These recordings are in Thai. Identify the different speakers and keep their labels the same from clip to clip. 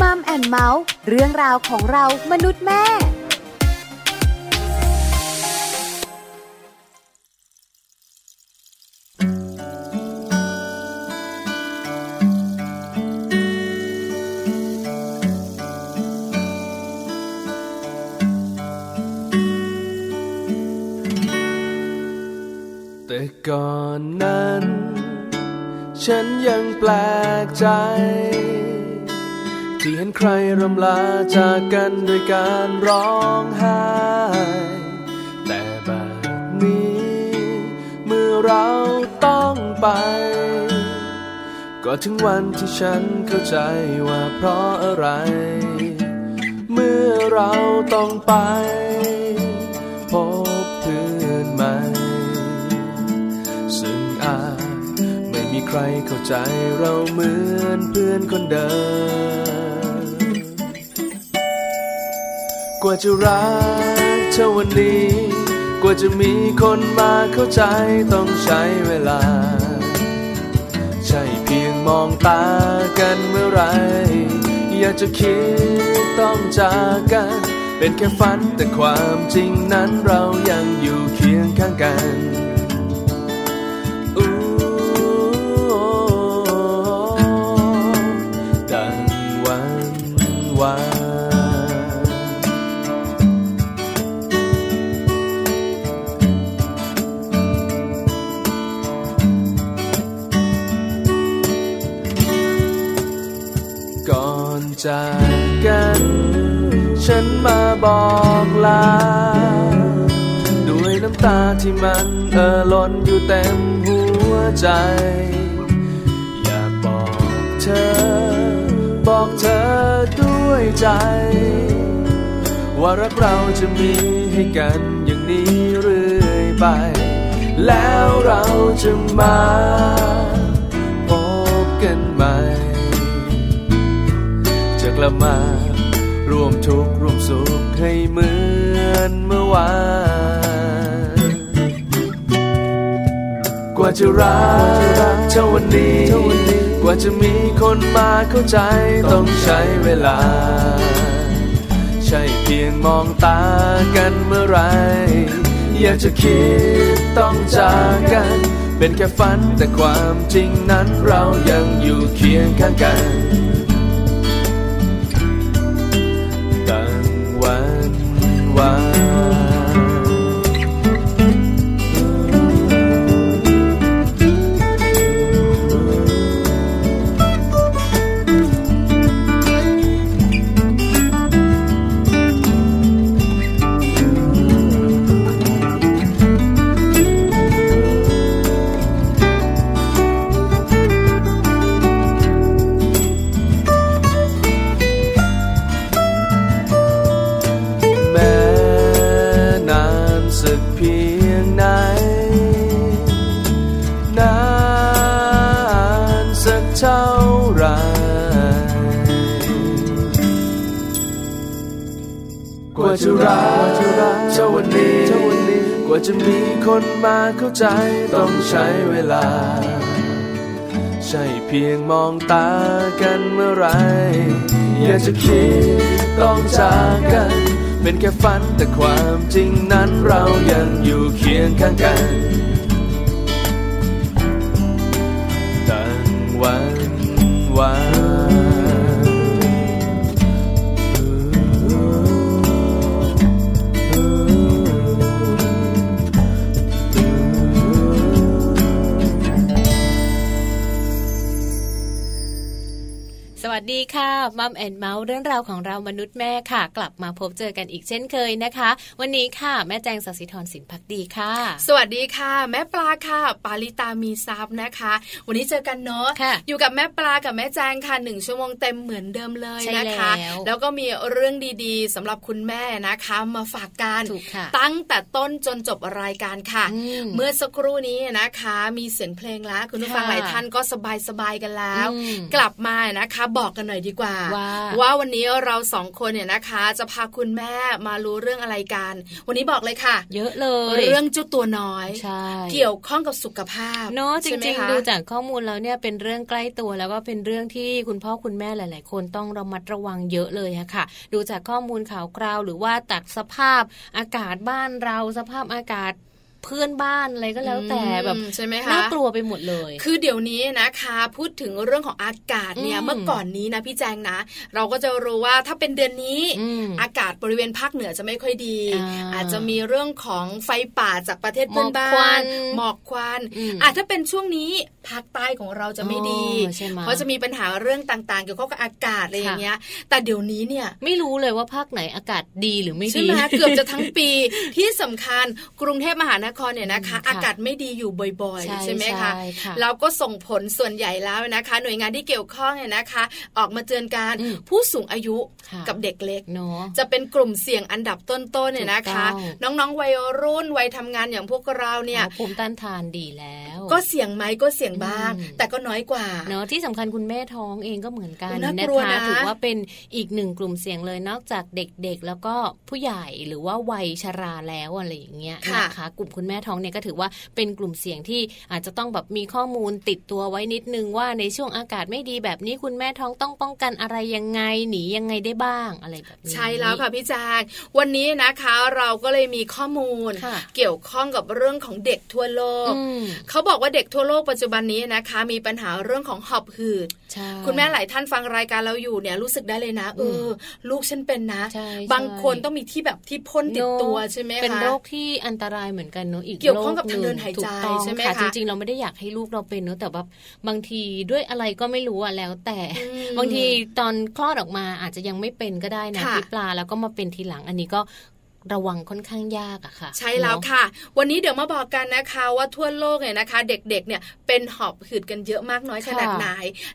Speaker 1: มัมแอนเมาส์เรื่องราวของเรามนุษย์แม่
Speaker 2: แต่ก่อนนั้น ฉันยังแปลกใจ ที่เห็นใครรำลาจากกันด้วยการร้องไห้ แต่แบบนี้ เมื่อเราต้องไป ก็ถึงวันที่ฉันเข้าใจว่าเพราะอะไร เมื่อเราต้องไป พบเพื่อนใหม่ ซึ่งอาจไม่มีใครเข้าใจเราเหมือนเพื่อนคนเดิม กว่าจะรักเท่าวันนี้ กว่าจะมีคนมาเข้าใจต้องใช้เวลา ใช่เพียงมองตากันเมื่อไหรอยากจะคิดต้องจากกัน เป็นแค่ฝันแต่ความจริงนั้นเรายังอยู่เคียงข้างกัน อู้ดังวันวาน ก่อนจากกัน ฉันมาบอกลา ด้วยน้ำตาที่มันเอ่อล้นอยู่เต็มหัวใจ อยากบอกเธอ บอกเธอด้วยใจ ว่ารักเราจะมีให้กันอย่างนี้เรื่อยไป แล้วเราจะมาพบกันใหม่ จะกลับมารวมทุกข์ร่วมสุขให้เหมือนเมื่อวาน กว่าจะรักเท่าวันนี้ กว่าจะมีคนมาเข้าใจต้องใช้เวลา ใช่เพียงมองตากันเมื่อไหรอยากจะคิดต้องจากกัน เป็นแค่ฝันแต่ความจริงนั้นเรายังอยู่เคียงข้างกัน ดังวันวาน แม้นานสักเพียงไหน นานสักเท่าไหรกว่าจะรักเท่าวันนี้ กว่าจะมีคนมาเข้าใจต้องใช้เวลา ใช่เพียงมองตากันเมื่อไหรอยากจะคิดต้องจากกัน เป็นแค่ฝันแต่ความจริงนั้นเรายังอยู่เคียงข้างกันดังวันวาน
Speaker 3: สวัสดีค่ะมัมแอนเมาส์เรื่องราวของเรามนุษย์แม่ค่ะ กลับมาพบเจอกันอีกเช่นเคยนะคะ วันนี้ค่ะ แม่แจงสศิธรสินพักดีค่ะ
Speaker 4: สวัสดีค่ะ แม่ปลาค่ะ ปาลิตามีซับนะคะ วันนี้เจอกันเนาะ
Speaker 3: ค่ะ
Speaker 4: อยู่กับแม่ปลากับแม่แจงค่ะหนึ่งชั่วโมงเต็มเหมือนเดิมเลย
Speaker 3: ใช่
Speaker 4: นะคะ
Speaker 3: แล้ว
Speaker 4: แล้วก็มีเรื่องดีๆสำหรับคุณแม่นะคะมาฝากกัน
Speaker 3: ถูกค่ะ
Speaker 4: ตั้งแต่ต้นจนจบรายการค่ะ
Speaker 3: อื
Speaker 4: เมื่อสักครู่นี้นะคะ มีเสียงเพลงแล้วคุณผู้ฟัง
Speaker 3: ค่ะ
Speaker 4: หลายท่านก็สบายๆกันแล้ว
Speaker 3: อืม
Speaker 4: กลับมานะคะ บอกกันหน่อยดีกว่า
Speaker 3: ว่า
Speaker 4: ว่าวันนี้เราสองคนเนี่ยนะคะ จะพาคุณแม่มารู้เรื่องอะไรกัน วันนี้บอกเลยค่ะ
Speaker 3: เยอะเลย
Speaker 4: เรื่องเจ้าตัวน้อย
Speaker 3: ใช่
Speaker 4: เกี่ยวข้องกับสุขภาพ
Speaker 3: เนาะจ
Speaker 4: ใช่ไหม
Speaker 3: ริง
Speaker 4: คะ
Speaker 3: ๆ ดูจากข้อมูลแล้วเนี่ยเป็นเรื่องใกล้ตัวแล้วก็เป็นเรื่องที่คุณพ่อคุณแม่หลาย ๆ คนต้องระมัดระวังเยอะเลยอะค่ะ ดูจากข้อมูลข่าวคราว หรือว่าจากสภาพอากาศบ้านเราสภาพอากาศเพื่อนบ้านอะไรก็แล้วแต่แบบ
Speaker 4: อืมใช่ไหมคะ
Speaker 3: น่ากลัวไปหมดเลย
Speaker 4: คือเดี๋ยวนี้นะคะพูดถึงเรื่องของอากาศเนี่ย
Speaker 3: อืม
Speaker 4: เมื่อก่อนนี้นะพี่แจงนะ เราก็จะรู้ว่าถ้าเป็นเดือนนี้
Speaker 3: ม
Speaker 4: อากาศบริเวณภาคเหนือจะไม่ค่อยดี
Speaker 3: อ่า
Speaker 4: อาจจะมีเรื่องของไฟป่าจากประเทศ
Speaker 3: หม
Speaker 4: เพื่
Speaker 3: อ
Speaker 4: อก นบ้า
Speaker 3: ควัน
Speaker 4: นหมอกควัน
Speaker 3: อืม
Speaker 4: อาจถ้าเป็นช่วงนี้ภาคใต้ของเราจะไม่ดี
Speaker 3: อ๋อใช่ไหม
Speaker 4: เพราะจะมีปัญหาเรื่องต่างๆ เกี่ยวข้องกับอากาศอะไรอย่าง
Speaker 3: ค่ะ
Speaker 4: เงี้ย แต่เดี๋ยวนี้เนี่ย
Speaker 3: ไม่รู้เลยว่าภาคไหนอากาศดีหรือไม่
Speaker 4: ใช่
Speaker 3: ดี
Speaker 4: ไหม เกือบจะทั้งปี ที่สำคัญกรุงเทพมหานครเนี่ยนะคะ
Speaker 3: อืมค่ะ
Speaker 4: อากาศไม่ดีอยู่บ่อย ๆ ใช่ไหมคะ
Speaker 3: ใช่ค่ะ
Speaker 4: แล้วก็ส่งผลส่วนใหญ่แล้วนะคะ หน่วยงานที่เกี่ยวข้องเนี่ยนะคะ ออกมาเตือนการ
Speaker 3: อืม
Speaker 4: ผู้สูงอายุ
Speaker 3: ค่ะ
Speaker 4: กับเด็กเล็ก
Speaker 3: เนาะ
Speaker 4: จะเป็นกลุ่มเสี่ยงอันดับต้นๆเนี่ยนะ
Speaker 3: ถูกต้
Speaker 4: คะ
Speaker 3: อง
Speaker 4: น้องๆวัยรุ่นวัยทำงานอย่างพวกเราเนี่ย
Speaker 3: อ๋อภูมิต้านทานดีแล้ว
Speaker 4: ก็เสี่ยงไหมก็เสี่ยงบ้าง
Speaker 3: อืม
Speaker 4: แต่ก็น้อยกว่า
Speaker 3: เนาะที่สำคัญคุณแม่ท้องเองก็เหมือนกัน
Speaker 4: น่าก
Speaker 3: นะ
Speaker 4: ลัว
Speaker 3: คะ
Speaker 4: นะ
Speaker 3: ถือว่าเป็นอีกหนึ่งกลุ่มเสี่ยงเลยนอกจากเด็กๆ แล้วก็ผู้ใหญ่หรือว่าวัยชราแล้วอะไรอย่างเงี้ยนะคะ กลุ่มคุณแม่ท้องเนี่ยก็ถือว่าเป็นกลุ่มเสี่ยงที่อาจจะต้องแบบมีข้อมูลติดตัวไว้นิดนึงว่าในช่วงอากาศไม่ดีแบบนี้คุณแม่ท้องต้องป้องกันอะไรยังไงหนียังไงได้บ้างอะไรแบบนี้
Speaker 4: ใช่แล้วค่ะพี่แจางวันนี้นะคะเราก็เลยมีข้อมูล
Speaker 3: ค่ะ
Speaker 4: เกี่ยวข้องกับเรื่องของเด็กทั่วโลก
Speaker 3: อืม
Speaker 4: เขาบอกว่าเด็กทั่วโลกปัจจุบันนี้นะคะ มีปัญหาเรื่องของหอบหืด
Speaker 3: ใช่
Speaker 4: คุณแม่หลายท่านฟังรายการเราอยู่เนี่ยรู้สึกได้เลยนะเอ
Speaker 3: อื
Speaker 4: อ
Speaker 3: ม
Speaker 4: ลูกฉันเป็นนะ
Speaker 3: ใช่ใช่
Speaker 4: บางคนต้องมีที่แบบที่พ่นติดตัว
Speaker 3: เนอะ
Speaker 4: ใช่ไหมคะ
Speaker 3: เป็นโรคที่อันตรายเหมือนกันเนอะอีก
Speaker 4: เกี่ยวข้องกับทางเดินหายใจ
Speaker 3: ถูกต้อง
Speaker 4: ใช่ไหมคะ
Speaker 3: จริงๆ เราไม่ได้อยากให้ลูกเราเป็นเนอะแต่แบบบางทีด้วยอะไรก็ไม่รู้อะแล้วแต่
Speaker 4: อืม
Speaker 3: บางทีตอนคลอดออกมาอาจจะยังไม่เป็นก็ได้นะ
Speaker 4: ค่ะ
Speaker 3: พี่ปลาแล้วก็มาเป็นทีหลังอันนี้ก็ระวังค่อนข้างยากอะค่ะ
Speaker 4: ใช่แล้ว
Speaker 3: เนอะ
Speaker 4: ค่ะ วันนี้เดี๋ยวมาบอกกันนะคะว่าทั่วโลกเนี่ยนะคะ เด็กๆเนี่ยเป็นหอบหืดกันเยอะมากน้อยขนาด
Speaker 3: ค่ะ
Speaker 4: ไหน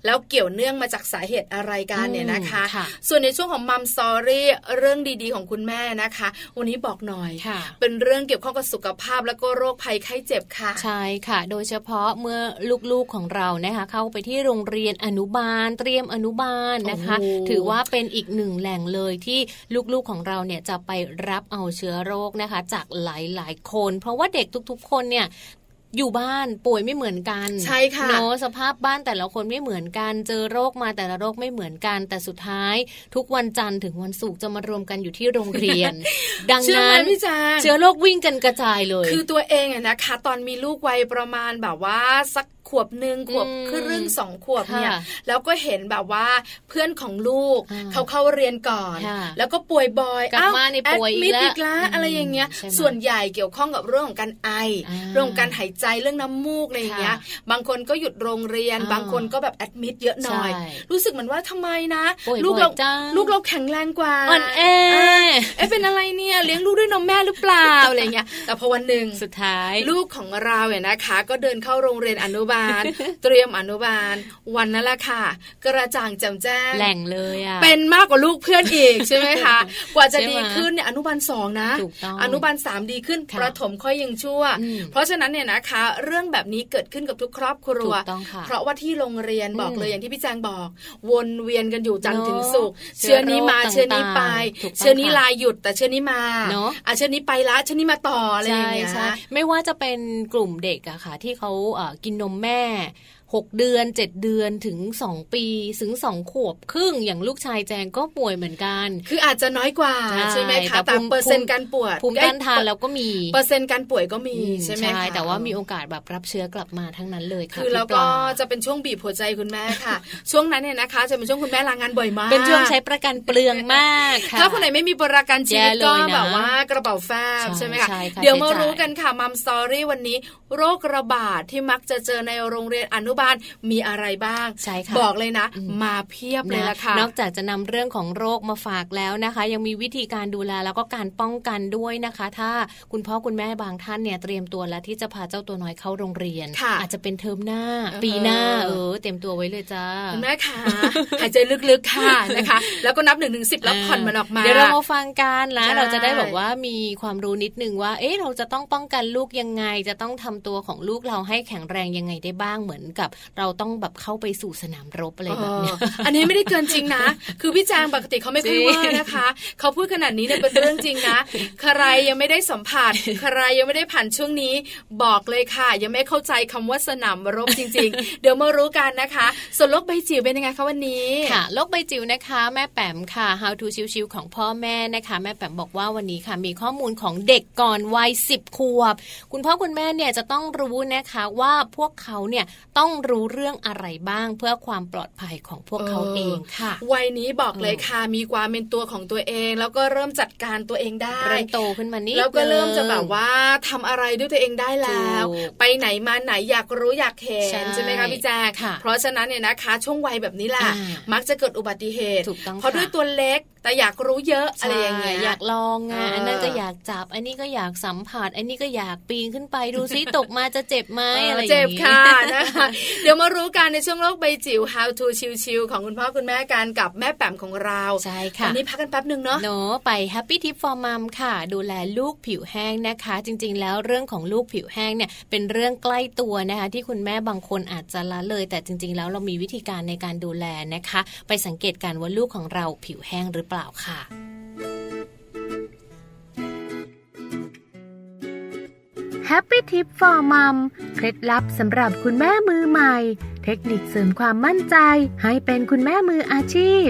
Speaker 4: แล้วเกี่ยวเนื่องมาจากสาเหตุอะไรกันเนี่ยนะคะ
Speaker 3: อืมค่ะ
Speaker 4: ส่วนในช่วงของมัม s อรี่เรื่องดีๆของคุณแม่นะคะ วันนี้บอกหน่อย
Speaker 3: ค่ะ
Speaker 4: เป็นเรื่องเกี่ยวข้องกับสุขภาพแล้วก็โรคภัยไข้เจ็บค่ะ
Speaker 3: ใช่ค่ะ โดยเฉพาะเมื่อลูกๆของเรานะคะ เข้าไปที่โรงเรียนอนุบาล เตรียมอนุบาลนะคะ
Speaker 4: โอ้โห
Speaker 3: ถือว่าเป็นอีกหนึ่งแหล่งเลยที่ลูกๆของเราเนี่ยจะไปรับเอาเชื้อโรคนะคะ จากหลายๆคน เพราะว่าเด็กทุกๆ คนเนี่ยอยู่บ้านป่วยไม่เหมือนกัน
Speaker 4: ใช่ค่ะ
Speaker 3: เนอะสภาพบ้านแต่ละคนไม่เหมือนกัน เจอโรคมาแต่ละโรคไม่เหมือนกัน แต่สุดท้าย ทุกวันจันทร์ถึงวันศุกร์จะมารวมกันอยู่ที่โรงเรีย น ดัง
Speaker 4: เชื่อไหม
Speaker 3: นั้น
Speaker 4: พี่จาง
Speaker 3: เชื้อโรควิ่งกันกระจายเลย
Speaker 4: คือตัวเองอะนะคะ ตอนมีลูกวัยประมาณแบบว่าสักขวบหนึ่งขวบ
Speaker 3: อืม
Speaker 4: ครึ่งสองขวบเนี่ย
Speaker 3: ค่ะ
Speaker 4: แล้วก็เห็นแบบว่าเพื่อนของลูก
Speaker 3: อ่า
Speaker 4: เขาเข้าเรียนก่อน
Speaker 3: ค่ะ
Speaker 4: แล้วก็ป่วยบ่อย
Speaker 3: กลับ
Speaker 4: อ้ว
Speaker 3: มานี่
Speaker 4: แอ
Speaker 3: ป่วย
Speaker 4: ด
Speaker 3: อีก
Speaker 4: มิด
Speaker 3: แล้ว
Speaker 4: อีกแล้ว
Speaker 3: อืม
Speaker 4: อะไรอย่างเงี้ย
Speaker 3: ใช่ไหม
Speaker 4: ส่วนใหญ่เกี่ยวข้องกับเรื่องของการไออา เรื่องของการหายใจเรื่องน้ำมูกอะไรอย่างเงี้ย
Speaker 3: ค่ะ
Speaker 4: บางคนก็หยุดโรงเรียน
Speaker 3: อ่า
Speaker 4: บางคนก็แบบแอดมิดเยอะหน่อย
Speaker 3: ใช่
Speaker 4: รู้สึกเหมือนว่าทำไมนะ
Speaker 3: ป่วย
Speaker 4: ลูกเรา
Speaker 3: บ่อยจัง
Speaker 4: ลูกเราแข็งแรงกว่า
Speaker 3: อ่อนแอ
Speaker 4: เอ๊ะเป็นอะไรเนี่ยเลี้ยงลูกด้วยนมแม่หรือเปล่าอะไรเงี้ยแต่พอวันหนึ่ง
Speaker 3: สุดท้าย
Speaker 4: ลูกของเราเนี่ยนะคะ ก็เดินเข้าโรงเรียนอนุบา ล เตรียมอนุบาล วันนั้นแหละค่ะ กระจ่างแจ่มแจ้ง
Speaker 3: แหล่งเลยอ่ะ
Speaker 4: เป็นมากกว่าลูกเพื่อนอีก ใช่ไหม คะกว่าจะ
Speaker 3: ใช่ไหม
Speaker 4: ดีขึ้นเนี่ยอนุบาลสองนะ
Speaker 3: ถูกต้อง
Speaker 4: นุบาลสามดีขึ้น
Speaker 3: ค่ะ
Speaker 4: ประถมค่อยยังชั่ว
Speaker 3: อืม
Speaker 4: เพราะฉะนั้นเนี่ยนะคะ เรื่องแบบนี้เกิดขึ้นกับทุกครอบครัว
Speaker 3: ถูกต้องค่ะ
Speaker 4: เพราะว่าที่โรงเรียนบอก
Speaker 3: อืม
Speaker 4: เลยอย่างที่พี่แจงบอก วนเวียนกันอยู่จันทร์
Speaker 3: เนอะ
Speaker 4: ถึงศุกร์
Speaker 3: เชื้
Speaker 4: เชื้อ
Speaker 3: อ
Speaker 4: นี้มา
Speaker 3: โรค
Speaker 4: เชื้อนี้ไป
Speaker 3: ต่างๆถูกต้อง
Speaker 4: เชื้อนี้
Speaker 3: ค่ะ
Speaker 4: ลายหยุดแต่เชื้อนี้มา
Speaker 3: เนอะ
Speaker 4: อ่ะเชื้อนี้ไปละเชื้อนี้มาต่ออะไรอย่างเงี้ย
Speaker 3: ใช่ใช่ไม่ว่าจะเป็นกลุ่มเด็กอะค่ะ ที่เขาเอ่อกินนมแม่ 6 เดือน 7 เดือนถึง 2 ปีถึง 2 ขวบครึ่งอย่างลูกชายแจงก็ป่วยเหมือนกัน
Speaker 4: คืออาจจะน้อยกว่า
Speaker 3: ใช่
Speaker 4: ใช่ไหมคะ
Speaker 3: แต่
Speaker 4: ตา
Speaker 3: ภู
Speaker 4: ม
Speaker 3: มิ
Speaker 4: เปอร์เซ็นต์การปวด
Speaker 3: ภูมิต้านทานเราก็มี
Speaker 4: เปอร์เซ็นต์การป่วยก็มี
Speaker 3: อื
Speaker 4: ใช่ไหมคะ
Speaker 3: แต่ว่ามีโอกาสแบบรับเชื้อกลับมาทั้งนั้นเลยค่ะ
Speaker 4: คือแล้ว
Speaker 3: พี่ป
Speaker 4: ก็
Speaker 3: ลา
Speaker 4: จะเป็นช่วงบีบหัวใจคุณแม่ ค่ะ ช่วงนั้นเนี่ยนะคะ จะเป็นช่วงคุณแม่ลางานบ่อยมาก
Speaker 3: เป็นช่วงใช้ประกันเปลืองมากค่ะ
Speaker 4: ถ้าคนไหนไม่มีประกันชีวิต
Speaker 3: แย่เล
Speaker 4: ก็
Speaker 3: ยนะ
Speaker 4: แบบว่ากระเป๋าแฟบ
Speaker 3: ใช่
Speaker 4: ใช่ไหมคะ
Speaker 3: ใช่ค่ะ
Speaker 4: เดี๋ยวมา
Speaker 3: ใช้จ่าย
Speaker 4: รู้กันค่ะมัมสตอรี่วันนี้ โรคระบาดที่มักจะเจอในโรงเรียนอนุบาลมีอะไรบ้าง
Speaker 3: ใช่ค่ะ
Speaker 4: บอกเลยนะ
Speaker 3: อืม
Speaker 4: มาเพียบเลย
Speaker 3: น
Speaker 4: ละค่ะ
Speaker 3: นอกจากจะนำเรื่องของโรคมาฝากแล้วนะคะ ยังมีวิธีการดูแลแล้วก็การป้องกันด้วยนะคะ ถ้าคุณพ่อคุณแม่บางท่านเนี่ยเตรียมตัวแล้วที่จะพาเจ้าตัวน้อยเข้าโรงเรียน
Speaker 4: ค่ะ
Speaker 3: อาจจะเป็นเทอมหน้า
Speaker 4: เออ
Speaker 3: ปีหน้าเออเตรียมตัวไว้เลยจ้า
Speaker 4: คุณแม่ค่ะหายใจลึกๆค่ะนะคะ แล้วก็นับหนึ่งถึงสิบแล้วผ่อนมันออกมา
Speaker 3: เดี๋ยวเรามาฟังกันนะ
Speaker 4: ใช่
Speaker 3: เราจะได้แบบว่ามีความรู้นิดนึงว่า เอ๊ะเราจะต้องป้องกันลูกยังไง จะต้องทำตัวของลูกเราให้แข็งแรงยังไงได้บ้างเหมือนกับ แบบเราต้องแบบเข้าไปสู่สนามรบอะไรแบบเนี้ย
Speaker 4: เอออันนี้ไม่ได้เกินจริงนะ คือพี่แจางปกติเขาไม่ค่อย
Speaker 3: จริง
Speaker 4: ว่านะคะ เขาพูดขนาดนี้เนี่ยเป็นเรื่องจริงนะ ใครยังไม่ได้สัม ผัส ใครยังไม่ได้ผ่านช่วงนี้ บอกเลยค่ะ ยังไม่เข้าใจคำว่าสนามรบจริง ๆ เดี๋ยวมารู้กันนะคะ ส่วนโลกใบจิ๋วเป็นยังไงคะวันนี้
Speaker 3: ค่ะโลกใบจิ๋วนะคะ แม่แปมค่ะ How to ชิวๆของพ่อแม่นะคะ แม่แปมบอกว่าวันนี้ค่ะ มีข้อมูลของเด็กก่อนวัย10ขวบ คุณพ่อคุณแม่เนี่ยจะต้องรู้นะคะว่าพวกเขาเนี่ยต้องรู้เรื่องอะไรบ้างเพื่อความปลอดภัยของพวกเขาเองค่ะ
Speaker 4: วัยนี้บอกเลยค่ะ มีความเป็นตัวของตัวเอง แล้วก็เริ่มจัดการตัวเองได้
Speaker 3: เริ่มโตขึ้นมานิด
Speaker 4: แล้วก็เริ่มจะแบบว่าทำอะไรด้วยตัวเองได้แล้ว
Speaker 3: ถูก
Speaker 4: ไปไหนมาไหนอยากรู้อยากเห็
Speaker 3: ใช่
Speaker 4: นใช่ไหมคะพี่แจ๊ค
Speaker 3: ค่ะ
Speaker 4: เพราะฉะนั้นเนี่ยนะคะ ช่วงวัยแบบนี้ล่ะ
Speaker 3: อ่ามั
Speaker 4: มักจะเกิดอุบัติเหตุ
Speaker 3: ถูกต้อง
Speaker 4: เพราะ
Speaker 3: ค่ะ
Speaker 4: ด้วยตัวเล็กแต่อยากรู้เยอะอะไรอย่างเงี้ย
Speaker 3: ใช่อยากลองไง
Speaker 4: เอออั
Speaker 3: อันนั้นก็อยากจับ อันนี้ก็อยากสัมผัส อันนี้ก็อยากปีนขึ้นไปดูซิ ตกมาจะเจ็บไหมอะไรอย่าง
Speaker 4: เจ็บ
Speaker 3: งี้
Speaker 4: ค่ะนะคะ เดี๋ยวมารู้กันในช่วงโลกใบจิ๋ว How to ชิวๆของคุณพ่อคุณแม่กันกับแม่แป๋มของเรา
Speaker 3: ใช่ค่ะ
Speaker 4: วันนี้พักกันแป๊บหนึ่งเนาะ
Speaker 3: เนาะไป Happy Tip for Mom ค่ะ ดูแลลูกผิวแห้งนะคะ จริง ๆ แล้วเรื่องของลูกผิวแห้งเนี่ยเป็นเรื่องใกล้ตัวนะคะ ที่คุณแม่บางคนอาจจะละเลย แต่จริง ๆ แล้วเรามีวิธีการในการดูแลนะคะ ไปสังเกตการว่าลูกของเราผิวแห้งหรือเปล่าค่ะ
Speaker 1: h a p p y t i p for Mom เคล็ดลับสำหรับคุณแม่มือใหม่ เทคนิคเสริมความมั่นใจ ให้เป็นคุณแม่มืออาชีพ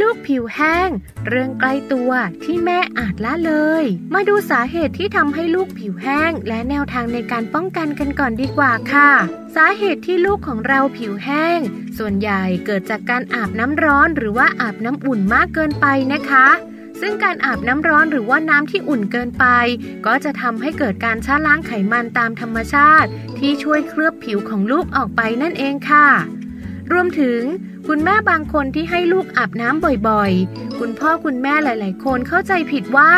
Speaker 1: ลูกผิวแห้ง เรื่องใกล้ตัวที่แม่อาจละเลย มาดูสาเหตุที่ทำให้ลูกผิวแห้ง และแนวทางในการป้องกันกันก่อนดีกว่าค่ะ สาเหตุที่ลูกของเราผิวแห้ง ส่วนใหญ่เกิดจากการอาบน้ำร้อนหรือว่าอาบน้ำอุ่นมากเกินไปนะคะ ซึ่งการอาบน้ำร้อนหรือว่าน้ำที่อุ่นเกินไป ก็จะทำให้เกิดการชะล้างไขมันตามธรรมชาติ ที่ช่วยเคลือบผิวของลูกออกไปนั่นเองค่ะ รวมถึง คุณแม่บางคนที่ให้ลูกอาบน้ำบ่อยๆ คุณพ่อคุณแม่หลายๆ คนเข้าใจผิดว่า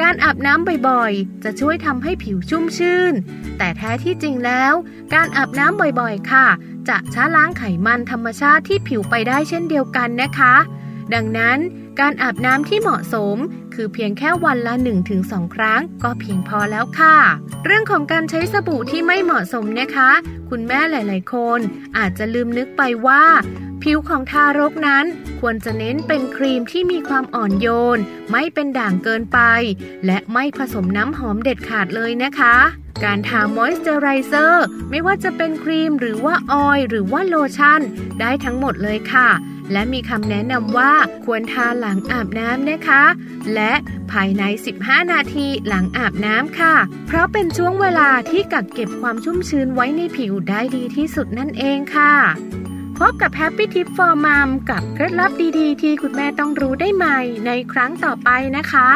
Speaker 1: การอาบน้ำบ่อยๆ จะช่วยทำให้ผิวชุ่มชื่น แต่แท้ที่จริงแล้ว การอาบน้ำบ่อยๆ ค่ะ จะชะล้างไขมันธรรมชาติที่ผิวไปได้เช่นเดียวกันนะคะ ดังนั้นการอาบน้ำที่เหมาะสม คือเพียงแค่วันละ 1-2 ครั้ง ก็เพียงพอแล้วค่ะ เรื่องของการใช้สบู่ที่ไม่เหมาะสมนะคะ คุณแม่หลาย ๆ คน อาจจะลืมนึกไปว่า ผิวของทารกนั้น ควรจะเน้นเป็นครีมที่มีความอ่อนโยน ไม่เป็นด่างเกินไป และไม่ผสมน้ำหอมเด็ดขาดเลยนะคะ การทามอยส์เจอไรเซอร์ไม่ว่าจะเป็นครีมหรือว่าออยล์หรือว่าโลชั่น ได้ทั้งหมดเลยค่ะ และมีคำแนะนำว่าควรทาหลังอาบน้ำนะคะ และภายใน 15 นาทีหลังอาบน้ำค่ะ เพราะเป็นช่วงเวลาที่กักเก็บความชุ่มชื้นไว้ในผิวได้ดีที่สุดนั่นเองค่ะ พบกับ Happy Tip for Mom กับเคล็ดลับดีๆ ที่คุณแม่ต้องรู้ได้ใหม่ในครั้งต่อไปนะคะ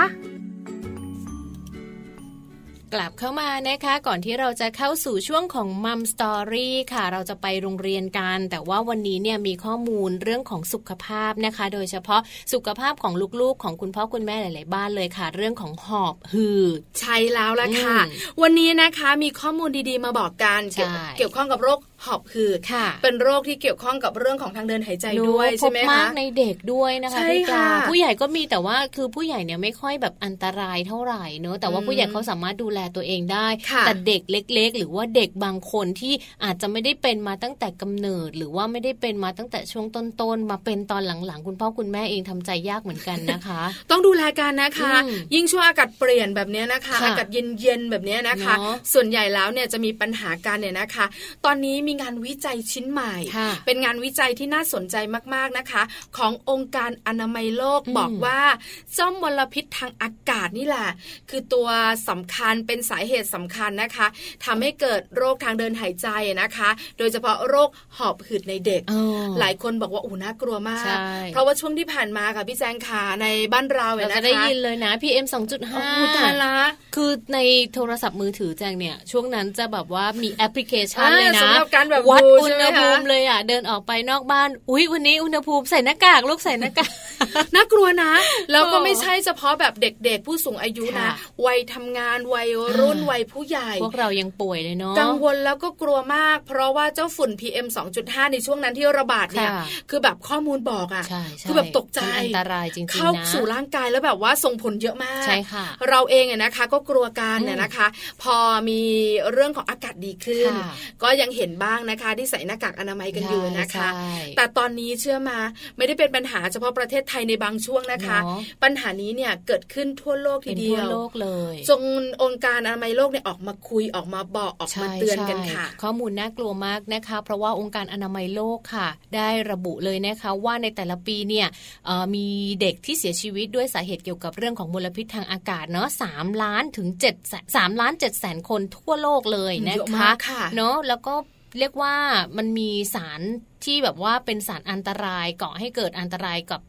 Speaker 3: กลับเข้ามานะคะก่อนที่เราจะเข้าสู่ช่วงของมัมสตอรี่ค่ะ เราจะไปโรงเรียนกัน แต่ว่าวันนี้เนี่ยมีข้อมูลเรื่องของสุขภาพนะคะ โดยเฉพาะสุขภาพของลูกๆ ของคุณพ่อคุณแม่หลาย ๆ บ้านเลยค่ะ เรื่องของหอบหืด
Speaker 4: ใช่แล้วล่ะค่ะ
Speaker 3: อืม
Speaker 4: วันนี้นะคะมีข้อมูลดีๆมาบอกกัน
Speaker 3: ใช่
Speaker 4: เกี่ยวเกี่ยวข้องกับโรคหอบหืด
Speaker 3: ค่ะ
Speaker 4: เป็นโรคที่เกี่ยวข้องกับเรื่องของทางเดินหายใจ
Speaker 3: เนอะ
Speaker 4: ด้วย
Speaker 3: พ
Speaker 4: ใช่
Speaker 3: บ
Speaker 4: ไหม
Speaker 3: มาก
Speaker 4: คะ
Speaker 3: ในเด็กด้วยนะคะ
Speaker 4: ใช่
Speaker 3: พี่ปลา
Speaker 4: ค่ะ
Speaker 3: ผู้ใหญ่ก็มีแต่ว่าคือผู้ใหญ่เนี่ยไม่ค่อยแบบอันตรายเท่าไหร่เนอะแต่ว่า
Speaker 4: อืม
Speaker 3: ผู้ใหญ่เขาสามารถดูแลตัวเองได้
Speaker 4: ค่ะ
Speaker 3: แต่เด็กเล็ก ๆ หรือว่าเด็กบางคนที่อาจจะไม่ได้เป็นมาตั้งแต่กำเนิด หรือว่าไม่ได้เป็นมาตั้งแต่ช่วงต้นๆ มาเป็นตอนหลังๆ คุณพ่อคุณแม่เองทำใจยากเหมือนกันนะคะ
Speaker 4: ต้องดูแลกันนะคะ
Speaker 3: อืม
Speaker 4: ยิ่งช่วงอากาศเปลี่ยนแบบเนี้ยนะคะ
Speaker 3: ค่ะ
Speaker 4: อากาศเย็นๆแบบเนี้ยนะคะ
Speaker 3: เนอะ
Speaker 4: ส่วนใหญ่แล้วเนี่ยจะมีปัญหาการเนี่ยนะคะ ตอนนี้มีงานวิจัยชิ้นใหม่
Speaker 3: ค่ะ
Speaker 4: เป็นงานวิจัยที่น่าสนใจมากๆนะคะ ขององค์การอนามัยโลก
Speaker 3: อืม
Speaker 4: บอกว่าเจ้ามลพิษทางอากาศนี่แหละ คือตัวสำคัญเป็นสาเหตุสำคัญนะคะทำให้เกิดโรคทางเดินหายใจนะคะ โดยเฉพาะโรคหอบหืดในเด็ก
Speaker 3: เออ
Speaker 4: หลายคนบอกว่าโอ้น่ากลัวมา
Speaker 3: ใช่
Speaker 4: ก เพราะว่าช่วงที่ผ่านมาค่ะพี่แจงขาในบ้านเรา
Speaker 3: เรา
Speaker 4: เนี่ย
Speaker 3: จะ
Speaker 4: นะคะ
Speaker 3: ได้ยินเลยนะ PM
Speaker 4: โอ้โหตาย
Speaker 3: 2.5
Speaker 4: ละ
Speaker 3: คือในโทรศัพท์มือถือแจงเนี่ย ช่วงนั้นจะแบบว่ามีแอปพลิเคชัน
Speaker 4: อ่า
Speaker 3: เลยนะ
Speaker 4: สำหรับการแบบ
Speaker 3: วัด
Speaker 4: ดู
Speaker 3: อุ
Speaker 4: ใช่
Speaker 3: ณห
Speaker 4: ไหมคะ
Speaker 3: ภูมิเลยอ่ะ เดินออกไปนอกบ้าน อุ๊ย วันนี้อุณหภูมิใส่หน้ากาก ลูกใส่หน้ากาก
Speaker 4: น่ากลัวนะ แล้วก็ไม่ใช่เฉพาะแบบเด็กๆ ผู้สูงอายุนะ
Speaker 3: ค่ะ
Speaker 4: วัยทำงานวัยรุ่น
Speaker 3: อ่า
Speaker 4: วัยผู้ใหญ่
Speaker 3: พวกเรายังป่วยเลยเนาะ
Speaker 4: กังวลแล้วก็กลัวมาก เพราะว่าเจ้าฝุ่น PM 2.5 ในช่วงนั้นที่ระบาดเนี่ย
Speaker 3: ค่ะ
Speaker 4: คือแบบข้อมูลบอกอะ
Speaker 3: ใช่ใช่
Speaker 4: คือแบบตกใจ
Speaker 3: มันอันตรายจริงๆนะ
Speaker 4: เข้าสู่ร่างกายแล้วแบบว่าส่งผลเยอะมาก
Speaker 3: ใช่ค่ะ
Speaker 4: เราเองเนี่ยนะคะก็กลัวการเนี่ย
Speaker 3: อืม
Speaker 4: นะคะ พอมีเรื่องของอากาศดีขึ้น
Speaker 3: ค่ะ
Speaker 4: ก็ยังเห็นบ้างนะคะ ที่ใส่หน้ากากอนามัยกันอยู่นะคะ
Speaker 3: ใช่
Speaker 4: แต่ตอนนี้เชื่อมาไม่ได้เป็นปัญหาเฉพาะประเทศไทยในบางช่วงนะคะ
Speaker 3: เนอะ
Speaker 4: ปัญหานี้เนี่ยเกิดขึ้นทั่วโลกที
Speaker 3: เป็น
Speaker 4: เดี
Speaker 3: ทั่
Speaker 4: ยว ว
Speaker 3: โลกเลย
Speaker 4: จงองค์การอนามัยโลกเนี่ยออกมาคุยออกมาบอกออกมาเตือนกัน
Speaker 3: ใช่
Speaker 4: ค่ะ
Speaker 3: ข้อมูลน่ากลัวมากนะคะ เพราะว่าองค์การอนามัยโลกค่ะ ได้ระบุเลยนะคะว่าในแต่ละปีเนี่ยเอ่อมีเด็กที่เสียชีวิตด้วยสาเหตุเกี่ยวกับเรื่องของมลพิษทางอากาศเนาะสามล้านถึงเจ็ดแสนสามล้านเจ็ดแสนคนทั่วโลกเลยนะ
Speaker 4: เยอะ
Speaker 3: คะ
Speaker 4: มากค่ะ
Speaker 3: เนาะแล้วก็เรียกว่ามันมีสารที่แบบว่าเป็นสารอันตรายก่อให้เกิดอันตรายกับ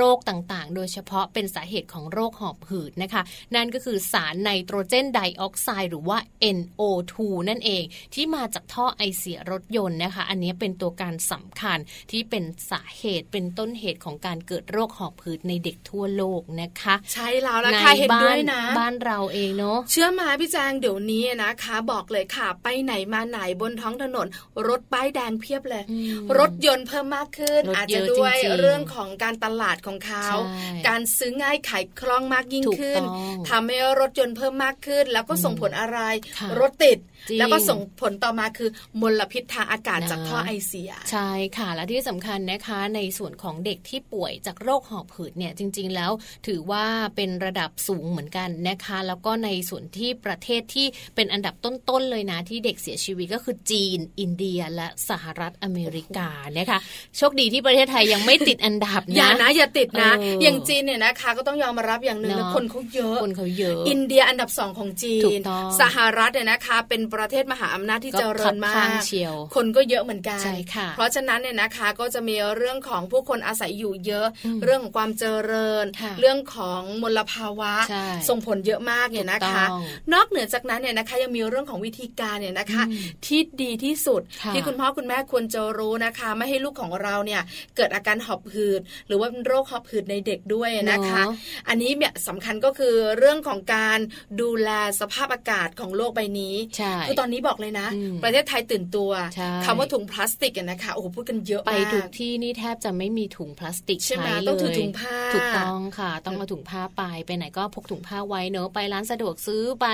Speaker 3: โรคต่างๆ โดยเฉพาะเป็นสาเหตุของโรคหอบหืดนะคะ นั่นก็คือสารไนโตรเจนไดออกไซด์หรือว่า NO2 นั่นเอง ที่มาจากท่อไอเสียรถยนต์นะคะ อันนี้เป็นตัวการสำคัญที่เป็นสาเหตุเป็นต้นเหตุของการเกิดโรคหอบหืดในเด็กทั่วโลกนะคะ
Speaker 4: ใช่แล้วละค่ะเห็นด้วยนะ
Speaker 3: ใบ้าบ้านเราเองเนาะ
Speaker 4: เชื่อมาพี่แจงเดี๋ยวนี้นะคะ บอกเลยค่ะ ไปไหนมาไหนบนท้องถนน รถป้ายแดงเพียบเลย
Speaker 3: อืม
Speaker 4: รถยนต์เพิ่มมากขึ้น
Speaker 3: รถ
Speaker 4: อาจ
Speaker 3: เย
Speaker 4: จะ
Speaker 3: อะ
Speaker 4: ด้วย
Speaker 3: จริงๆ
Speaker 4: เรื่องของการตลาดของเขา
Speaker 3: ใช่
Speaker 4: การซื้อง่ายขายคล่องมากยิ่ง
Speaker 3: ถูก
Speaker 4: ขึ้น
Speaker 3: ต้อง
Speaker 4: ทำให้รถยนต์เพิ่มมากขึ้น แล้วก็ส่งผลอะไร
Speaker 3: ค่ะ
Speaker 4: รถติด
Speaker 3: จริง
Speaker 4: แล้วก็ส่งผลต่อมาคือมลพิษทางอากาศ
Speaker 3: นะ
Speaker 4: จากท่อไอเสีย
Speaker 3: ใช่ค่ะ และที่สำคัญนะคะในส่วนของเด็กที่ป่วยจากโรคหอบหืดเนี่ยจริง ๆ แล้วถือว่าเป็นระดับสูงเหมือนกันนะคะ แล้วก็ในส่วนที่ประเทศที่เป็นอันดับต้น ๆ เลยนะ ที่เด็กเสียชีวิตก็คือจีน อินเดียและสหรัฐอเมริกานะคะโชคดีที่ประเทศไทยยังไม่ติดอันดับนะ
Speaker 4: อย่านะอย่าติดนะ
Speaker 3: เออ
Speaker 4: อ
Speaker 3: อย่าง
Speaker 4: จีนเนี่ยนะคะก็ต้องยอมรับอย่างหนึ่งนะ
Speaker 3: เนอะ
Speaker 4: คนเขาเยอะ
Speaker 3: คนเขาเยอะ
Speaker 4: อินเดียอันดับสองของจี
Speaker 3: ถู
Speaker 4: น
Speaker 3: กต้อง
Speaker 4: สหรัฐเนี่ยนะคะ เป็นประเทศมหาอำนาจที่
Speaker 3: ก็
Speaker 4: เจริญมา
Speaker 3: คับข้าก งเชียว
Speaker 4: คนก็เยอะเหมือนกัน
Speaker 3: ใช่ค่ะ
Speaker 4: เพราะฉะนั้นเนี่ยนะคะก็จะมีเรื่องของผู้คนอาศัยอยู่เยอะ
Speaker 3: อืม
Speaker 4: เรื่องของความเจริญ
Speaker 3: ค่ะ
Speaker 4: เรื่องของมลภาวะ
Speaker 3: ใช่
Speaker 4: ส่งผลเยอะมากเนี่ยนะคะ
Speaker 3: ถูกต้อง
Speaker 4: นอกเหนือจากนั้นเนี่ยนะคะยังมีเรื่องของวิธีการเนี่ยนะคะ
Speaker 3: อืม
Speaker 4: ที่ดีที่สุด
Speaker 3: ค่ะ
Speaker 4: ที่คุณพ่อคุณแม่ควรจะรู้นะคะ ไม่ให้ลูกของเราเนี่ยเกิดอาการหอบหืด หรือว่าเป็นโรคหอบหืดในเด็กด้วยนะคะ
Speaker 3: เนอะ
Speaker 4: อันนี้เนี่ยสำคัญก็คือเรื่องของการดูแลสภาพอากาศของโลกใบนี้
Speaker 3: ใช่
Speaker 4: คือตอนนี้บอกเลยนะ
Speaker 3: อืม
Speaker 4: ประเทศไทยตื่นตัว
Speaker 3: ใช่
Speaker 4: คำว่าถุงพลาสติกอะนะคะโอ้โหพูดกันเยอะ
Speaker 3: ไป
Speaker 4: มาก
Speaker 3: ทุกที่นี่แทบจะไม่มีถุงพลาสติก
Speaker 4: ใช่
Speaker 3: ใช้
Speaker 4: ไหม
Speaker 3: เลย
Speaker 4: ต้องถือถุงผ้า
Speaker 3: ถูกต้องค่ะ ต้อง
Speaker 4: อืม
Speaker 3: เอาถุงผ้าไปไปไหนก็พกถุงผ้าไว้เนอะไปร้านสะดวกซื้อไป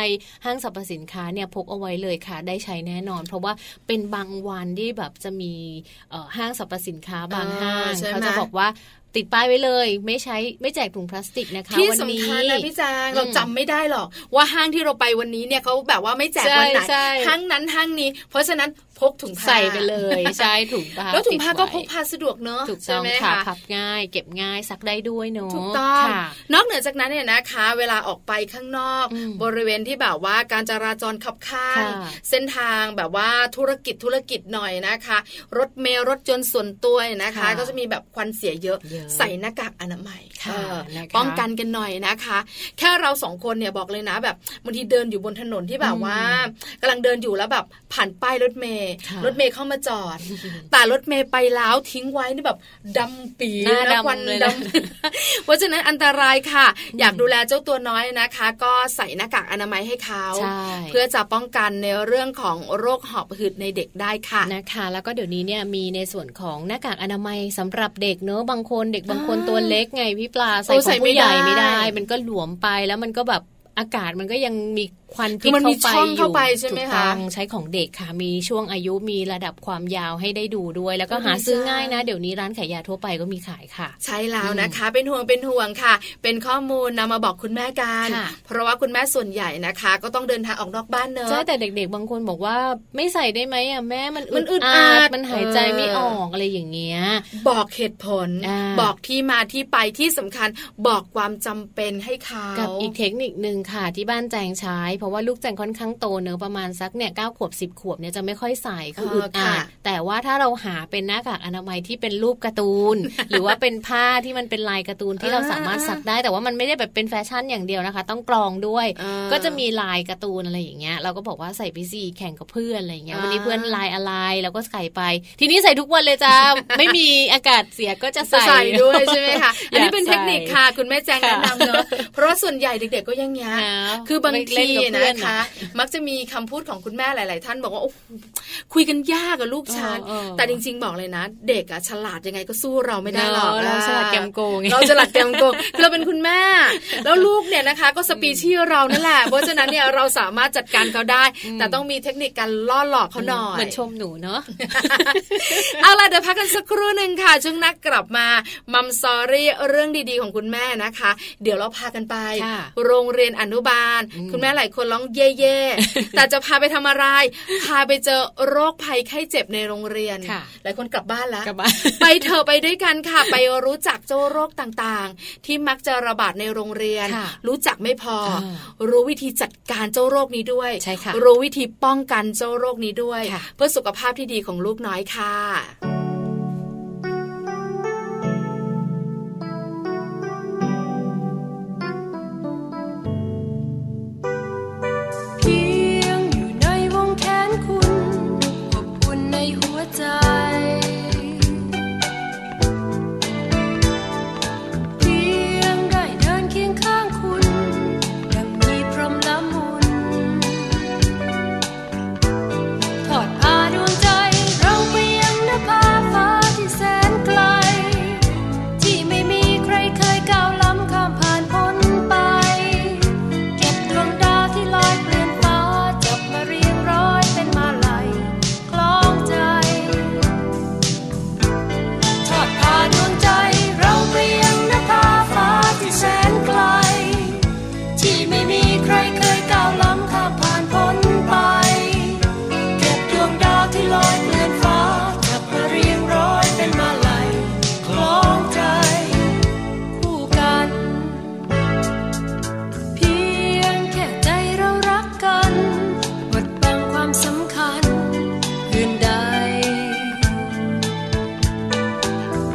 Speaker 3: ห้างสรรพสินค้าเนี่ยพกเอาไว้เลยค่ะ ได้ใช้แน่นอน เพราะว่าเป็นบางวันที่แบบจะมีเอ่อห้างสรรพสินค้าบางห้าง
Speaker 4: ออใช่ไหม
Speaker 3: เขาจะบอกว่าติดป้ายไว้เลย ไม่ใช้ไม่แจกถุงพลาสติกนะคะ
Speaker 4: ที่
Speaker 3: วัน
Speaker 4: สำ
Speaker 3: นี้
Speaker 4: คัญนะพี่จาง
Speaker 3: อืม
Speaker 4: เราจำไม่ได้หรอก ว่าห้างที่เราไปวันนี้เนี่ยเขาแบบว่าไม่แจกวันไหน
Speaker 3: ใช่ใช่
Speaker 4: ห้างนั้นห้างนี้ เพราะฉะนั้นพกถุงผ้า
Speaker 3: ใส่ไปเลยใช่ถุงผ้า
Speaker 4: แล้วถุงผ้าก็พ
Speaker 3: ติ
Speaker 4: ก
Speaker 3: ดไว้
Speaker 4: พาสะดวกเนอะ
Speaker 3: ถูก
Speaker 4: ใช่
Speaker 3: ต้อง
Speaker 4: ไหม
Speaker 3: ค่ะ
Speaker 4: คะ
Speaker 3: พับง่าย เก็บง่ายซักได้ด้วยเนอะ
Speaker 4: ถูกต้อง
Speaker 3: ค่ะ
Speaker 4: นอกเหนือจากนั้นเนี่ยนะคะ เวลาออกไปข้างนอก
Speaker 3: อืม
Speaker 4: บริเวณที่แบบว่าการจราจรขับข้าง
Speaker 3: ค่ะ
Speaker 4: เส้นทางแบบว่าธุรกิจธุรกิจหน่อยนะคะ รถเมล์รถยนต์ส่วนตัวเนี่ยนะคะ
Speaker 3: ค่ะ
Speaker 4: ก็จะมีแบบควันเสียเยอะ
Speaker 3: เยอะ
Speaker 4: ใส่หน้ากากอนามัย
Speaker 3: ค่ะ
Speaker 4: เออ
Speaker 3: นะคะ
Speaker 4: ป้องกันกันหน่อยนะคะ แค่เราสองคนเนี่ยบอกเลยนะแบบบางทีเดินอยู่บนถนนที่แบบ
Speaker 3: อืม
Speaker 4: ว่ากำลังเดินอยู่แล้วแบบผ่านป้ายรถเมล์
Speaker 3: ค่ะ
Speaker 4: รถเมล์เข้ามาจ อด แต่รถเมล์ไปแล้วทิ้งไว้นี่แบบดำปี
Speaker 3: หน้า
Speaker 4: ะควั
Speaker 3: ดำเลย
Speaker 4: ด
Speaker 3: นะ
Speaker 4: ำ เพราะฉะนั้นอันตรายค่ะ อยากดูแลเจ้าตัวน้อยนะคะ ก็ใส่หน้ากากอนามัยให้เขา
Speaker 3: ใช่
Speaker 4: เพื่อจะป้องกันในเรื่องของโรคหอบหืดในเด็กได้ค่ะ
Speaker 3: นะคะแล้วก็เดี๋ยวนี้เนี่ยมีในส่วนของหน้ากากอนามัยสำหรับเด็กเนอะบางคนเด็กบางคน
Speaker 4: อ่า
Speaker 3: ตัวเล็กไงพี่ปลาใส่
Speaker 4: โอ้
Speaker 3: ข
Speaker 4: ใส่
Speaker 3: อง
Speaker 4: ไม่
Speaker 3: ผู้ใหญ่ไม่
Speaker 4: ได้
Speaker 3: ได้ มันก็หลวมไปแล้วมันก็แบบอากาศมันก็ยังมีควัน
Speaker 4: คื
Speaker 3: พิษ
Speaker 4: อมันมี
Speaker 3: เข้าไป
Speaker 4: ช่อง
Speaker 3: อยู่
Speaker 4: เข้าไปใช่ไหม
Speaker 3: ถูก
Speaker 4: คะ
Speaker 3: ต้องใช้ของเด็กค่ะ มีช่วงอายุมีระดับความยาวให้ได้ดูด้วย แล้วก็หาซื้อง่ายนะ เดี๋ยวนี้ร้านขายยาทั่วไปก็มีขายค่ะ
Speaker 4: ใช่แล้วนะคะ เป็นห่วงเป็นห่วงค่ะ เป็นข้อมูลนำมาบอกคุณแม่กัน
Speaker 3: ค่ะ
Speaker 4: เพราะว่าคุณแม่ส่วนใหญ่นะคะ ก็ต้องเดินทางออกนอกบ้านเนอะ
Speaker 3: ใช่แต่เด็กๆ บางคนบอกว่าไม่ใส่ได้ไหมอ่ะแม่มัน
Speaker 4: มันอึดอัด
Speaker 3: มันหายใจไม่อ
Speaker 4: เออ
Speaker 3: อกอะไรอย่างเงี้ย
Speaker 4: บอกเหตุผล
Speaker 3: อ่า
Speaker 4: บอกที่มาที่ไปที่สำคัญ บอกความจำเป็นให้เขา
Speaker 3: กับอีกเทคนิคหนึ่งค่ะที่บ้านแจงใช้ เพราะว่าลูกแจงค่อนข้างโตเนอะประมาณสักเนี่ยเก้าขวบสิบขวบเนี่ยจะไม่ค่อยใส่คืออึด
Speaker 4: เออ
Speaker 3: อั
Speaker 4: ค่ะ
Speaker 3: ดแต่ว่าถ้าเราหาเป็นหน้ากากอนามัยที่เป็นรูปการ์ตูน หรือว่าเป็นผ้าที่มันเป็นลายการ์ตูนที่เราสามารถสักได้ แต่ว่ามันไม่ได้แบบเป็นแฟชั่นอย่างเดียวนะคะ ต้องกรองด้วย
Speaker 4: เออ
Speaker 3: ก็จะมีลายการ์ตูนอะไรอย่างเงี้ยเราก็บอกว่าใส่ไปสิแข่งกับเพื่อนอะไรอย่างเงี้ย
Speaker 4: อ่า
Speaker 3: วันนี้เพื่อนลายอะไรเราก็ใส่ไป ทีนี้ใส่ทุกวันเลยจ้า ไม่มีอากาศเสียก็จะ
Speaker 4: จะ
Speaker 3: ใส่
Speaker 4: ใส่ด้วยใช่ไหมคะ อันนี้เป็น
Speaker 3: อยากใส่
Speaker 4: เทคนิคค่ะ คุณแม่แจง
Speaker 3: ค่ะ
Speaker 4: แนะนำเนอะเพราะว่าส่วนใหญ่เด็กๆก็อยังเงี้ย
Speaker 3: นะ
Speaker 4: คือบาง
Speaker 3: ไม่
Speaker 4: ที
Speaker 3: เล่กับ
Speaker 4: นะ
Speaker 3: เพื่ออ
Speaker 4: คะ มักจะมีคำพูดของคุณแม่หลาย ๆ ท่านบอกว่าโอ้โหคุยกันยากกับลูกฉัน
Speaker 3: เออเออ
Speaker 4: แต่จริง ๆ บอกเลยนะ เด็กอะฉลาดยังไงก็สู้เราไม่ได้หรอก
Speaker 3: เนะเราสลัดแกมโกงไง
Speaker 4: เราฉลาดแกมโกง เราเป็นคุณแม่ แล้วลูกเนี่ยนะคะ ก็สปีชีส์เรานั่นแหละเพราะฉะนั้นเนี่ยเราสามารถจัดการเขาได้
Speaker 3: อืม
Speaker 4: แต่ต้องมีเทคนิคการล่อหลอกเขาหน่อย
Speaker 3: เหมือนชมหนูเนาะ
Speaker 4: เอาล่ะเดี๋ยวพักกันสักครู่หนึ่งค่ะช่วงหนักกลับมามัมซอรี่เรื่องดีๆของคุณแม่นะคะ เดี๋ยวเราพากันไป
Speaker 3: ค่ะ
Speaker 4: โรงเรียนอนุบาล
Speaker 3: อืม
Speaker 4: คุณแม่หลายคนร้องเย่ ๆ แต่จะพาไปทำอะไร พาไปเจอโรคภัยไข้เจ็บในโรงเรียน หลายคนกลับบ้านแล้ว
Speaker 3: กลับบ้าน
Speaker 4: ไปเถอะไปด้วยกันค่ะ ไปรู้จักเจ้าโรคต่างๆ ที่มักจะระบาดในโรงเรียน
Speaker 3: ค่ะ
Speaker 4: รู้จักไม่พอ
Speaker 3: เออ
Speaker 4: รู้วิธีจัดการเจ้าโรคนี้ด้วย
Speaker 3: ใช่ค่ะ
Speaker 4: รู้วิธีป้องกันเจ้าโรคนี้ด้วย
Speaker 3: ค่ะ
Speaker 4: เพื่อสุขภาพที่ดีของลูกน้อยค่ะ
Speaker 5: เพียงอยู่ในวงแขนคุณอบอุ่นในหัวใจ เพียงได้เดินเคียงข้างคุณยังมีพรหมละมุนถอดผ้าดวงใจเราไปยังนภาฟ้าที่แสนไกล ที่ไม่มีใครเคยก้าวล้ำข้ามผ่านพ้นไป เก็บดวงดาวที่ลอยเปลี่ยนฟ้าจับมาเรียงร้อยเป็นมาลัยคล้องใจ ทอดผ่าดวงใจเราไปยังนภาฟ้าที่แสนไกล ที่ไม่มีใครเคยก้าวล้ำข้ามผ่านพ้นไป เก็บดวงดาวที่ลอยเปลี่ยนฟ้าจับมาเรียงร้อยเป็นมาลัยคล้องใจคู่กัน เพียงแค่ใจเรารักกันบดบังความสำคัญอื่นใด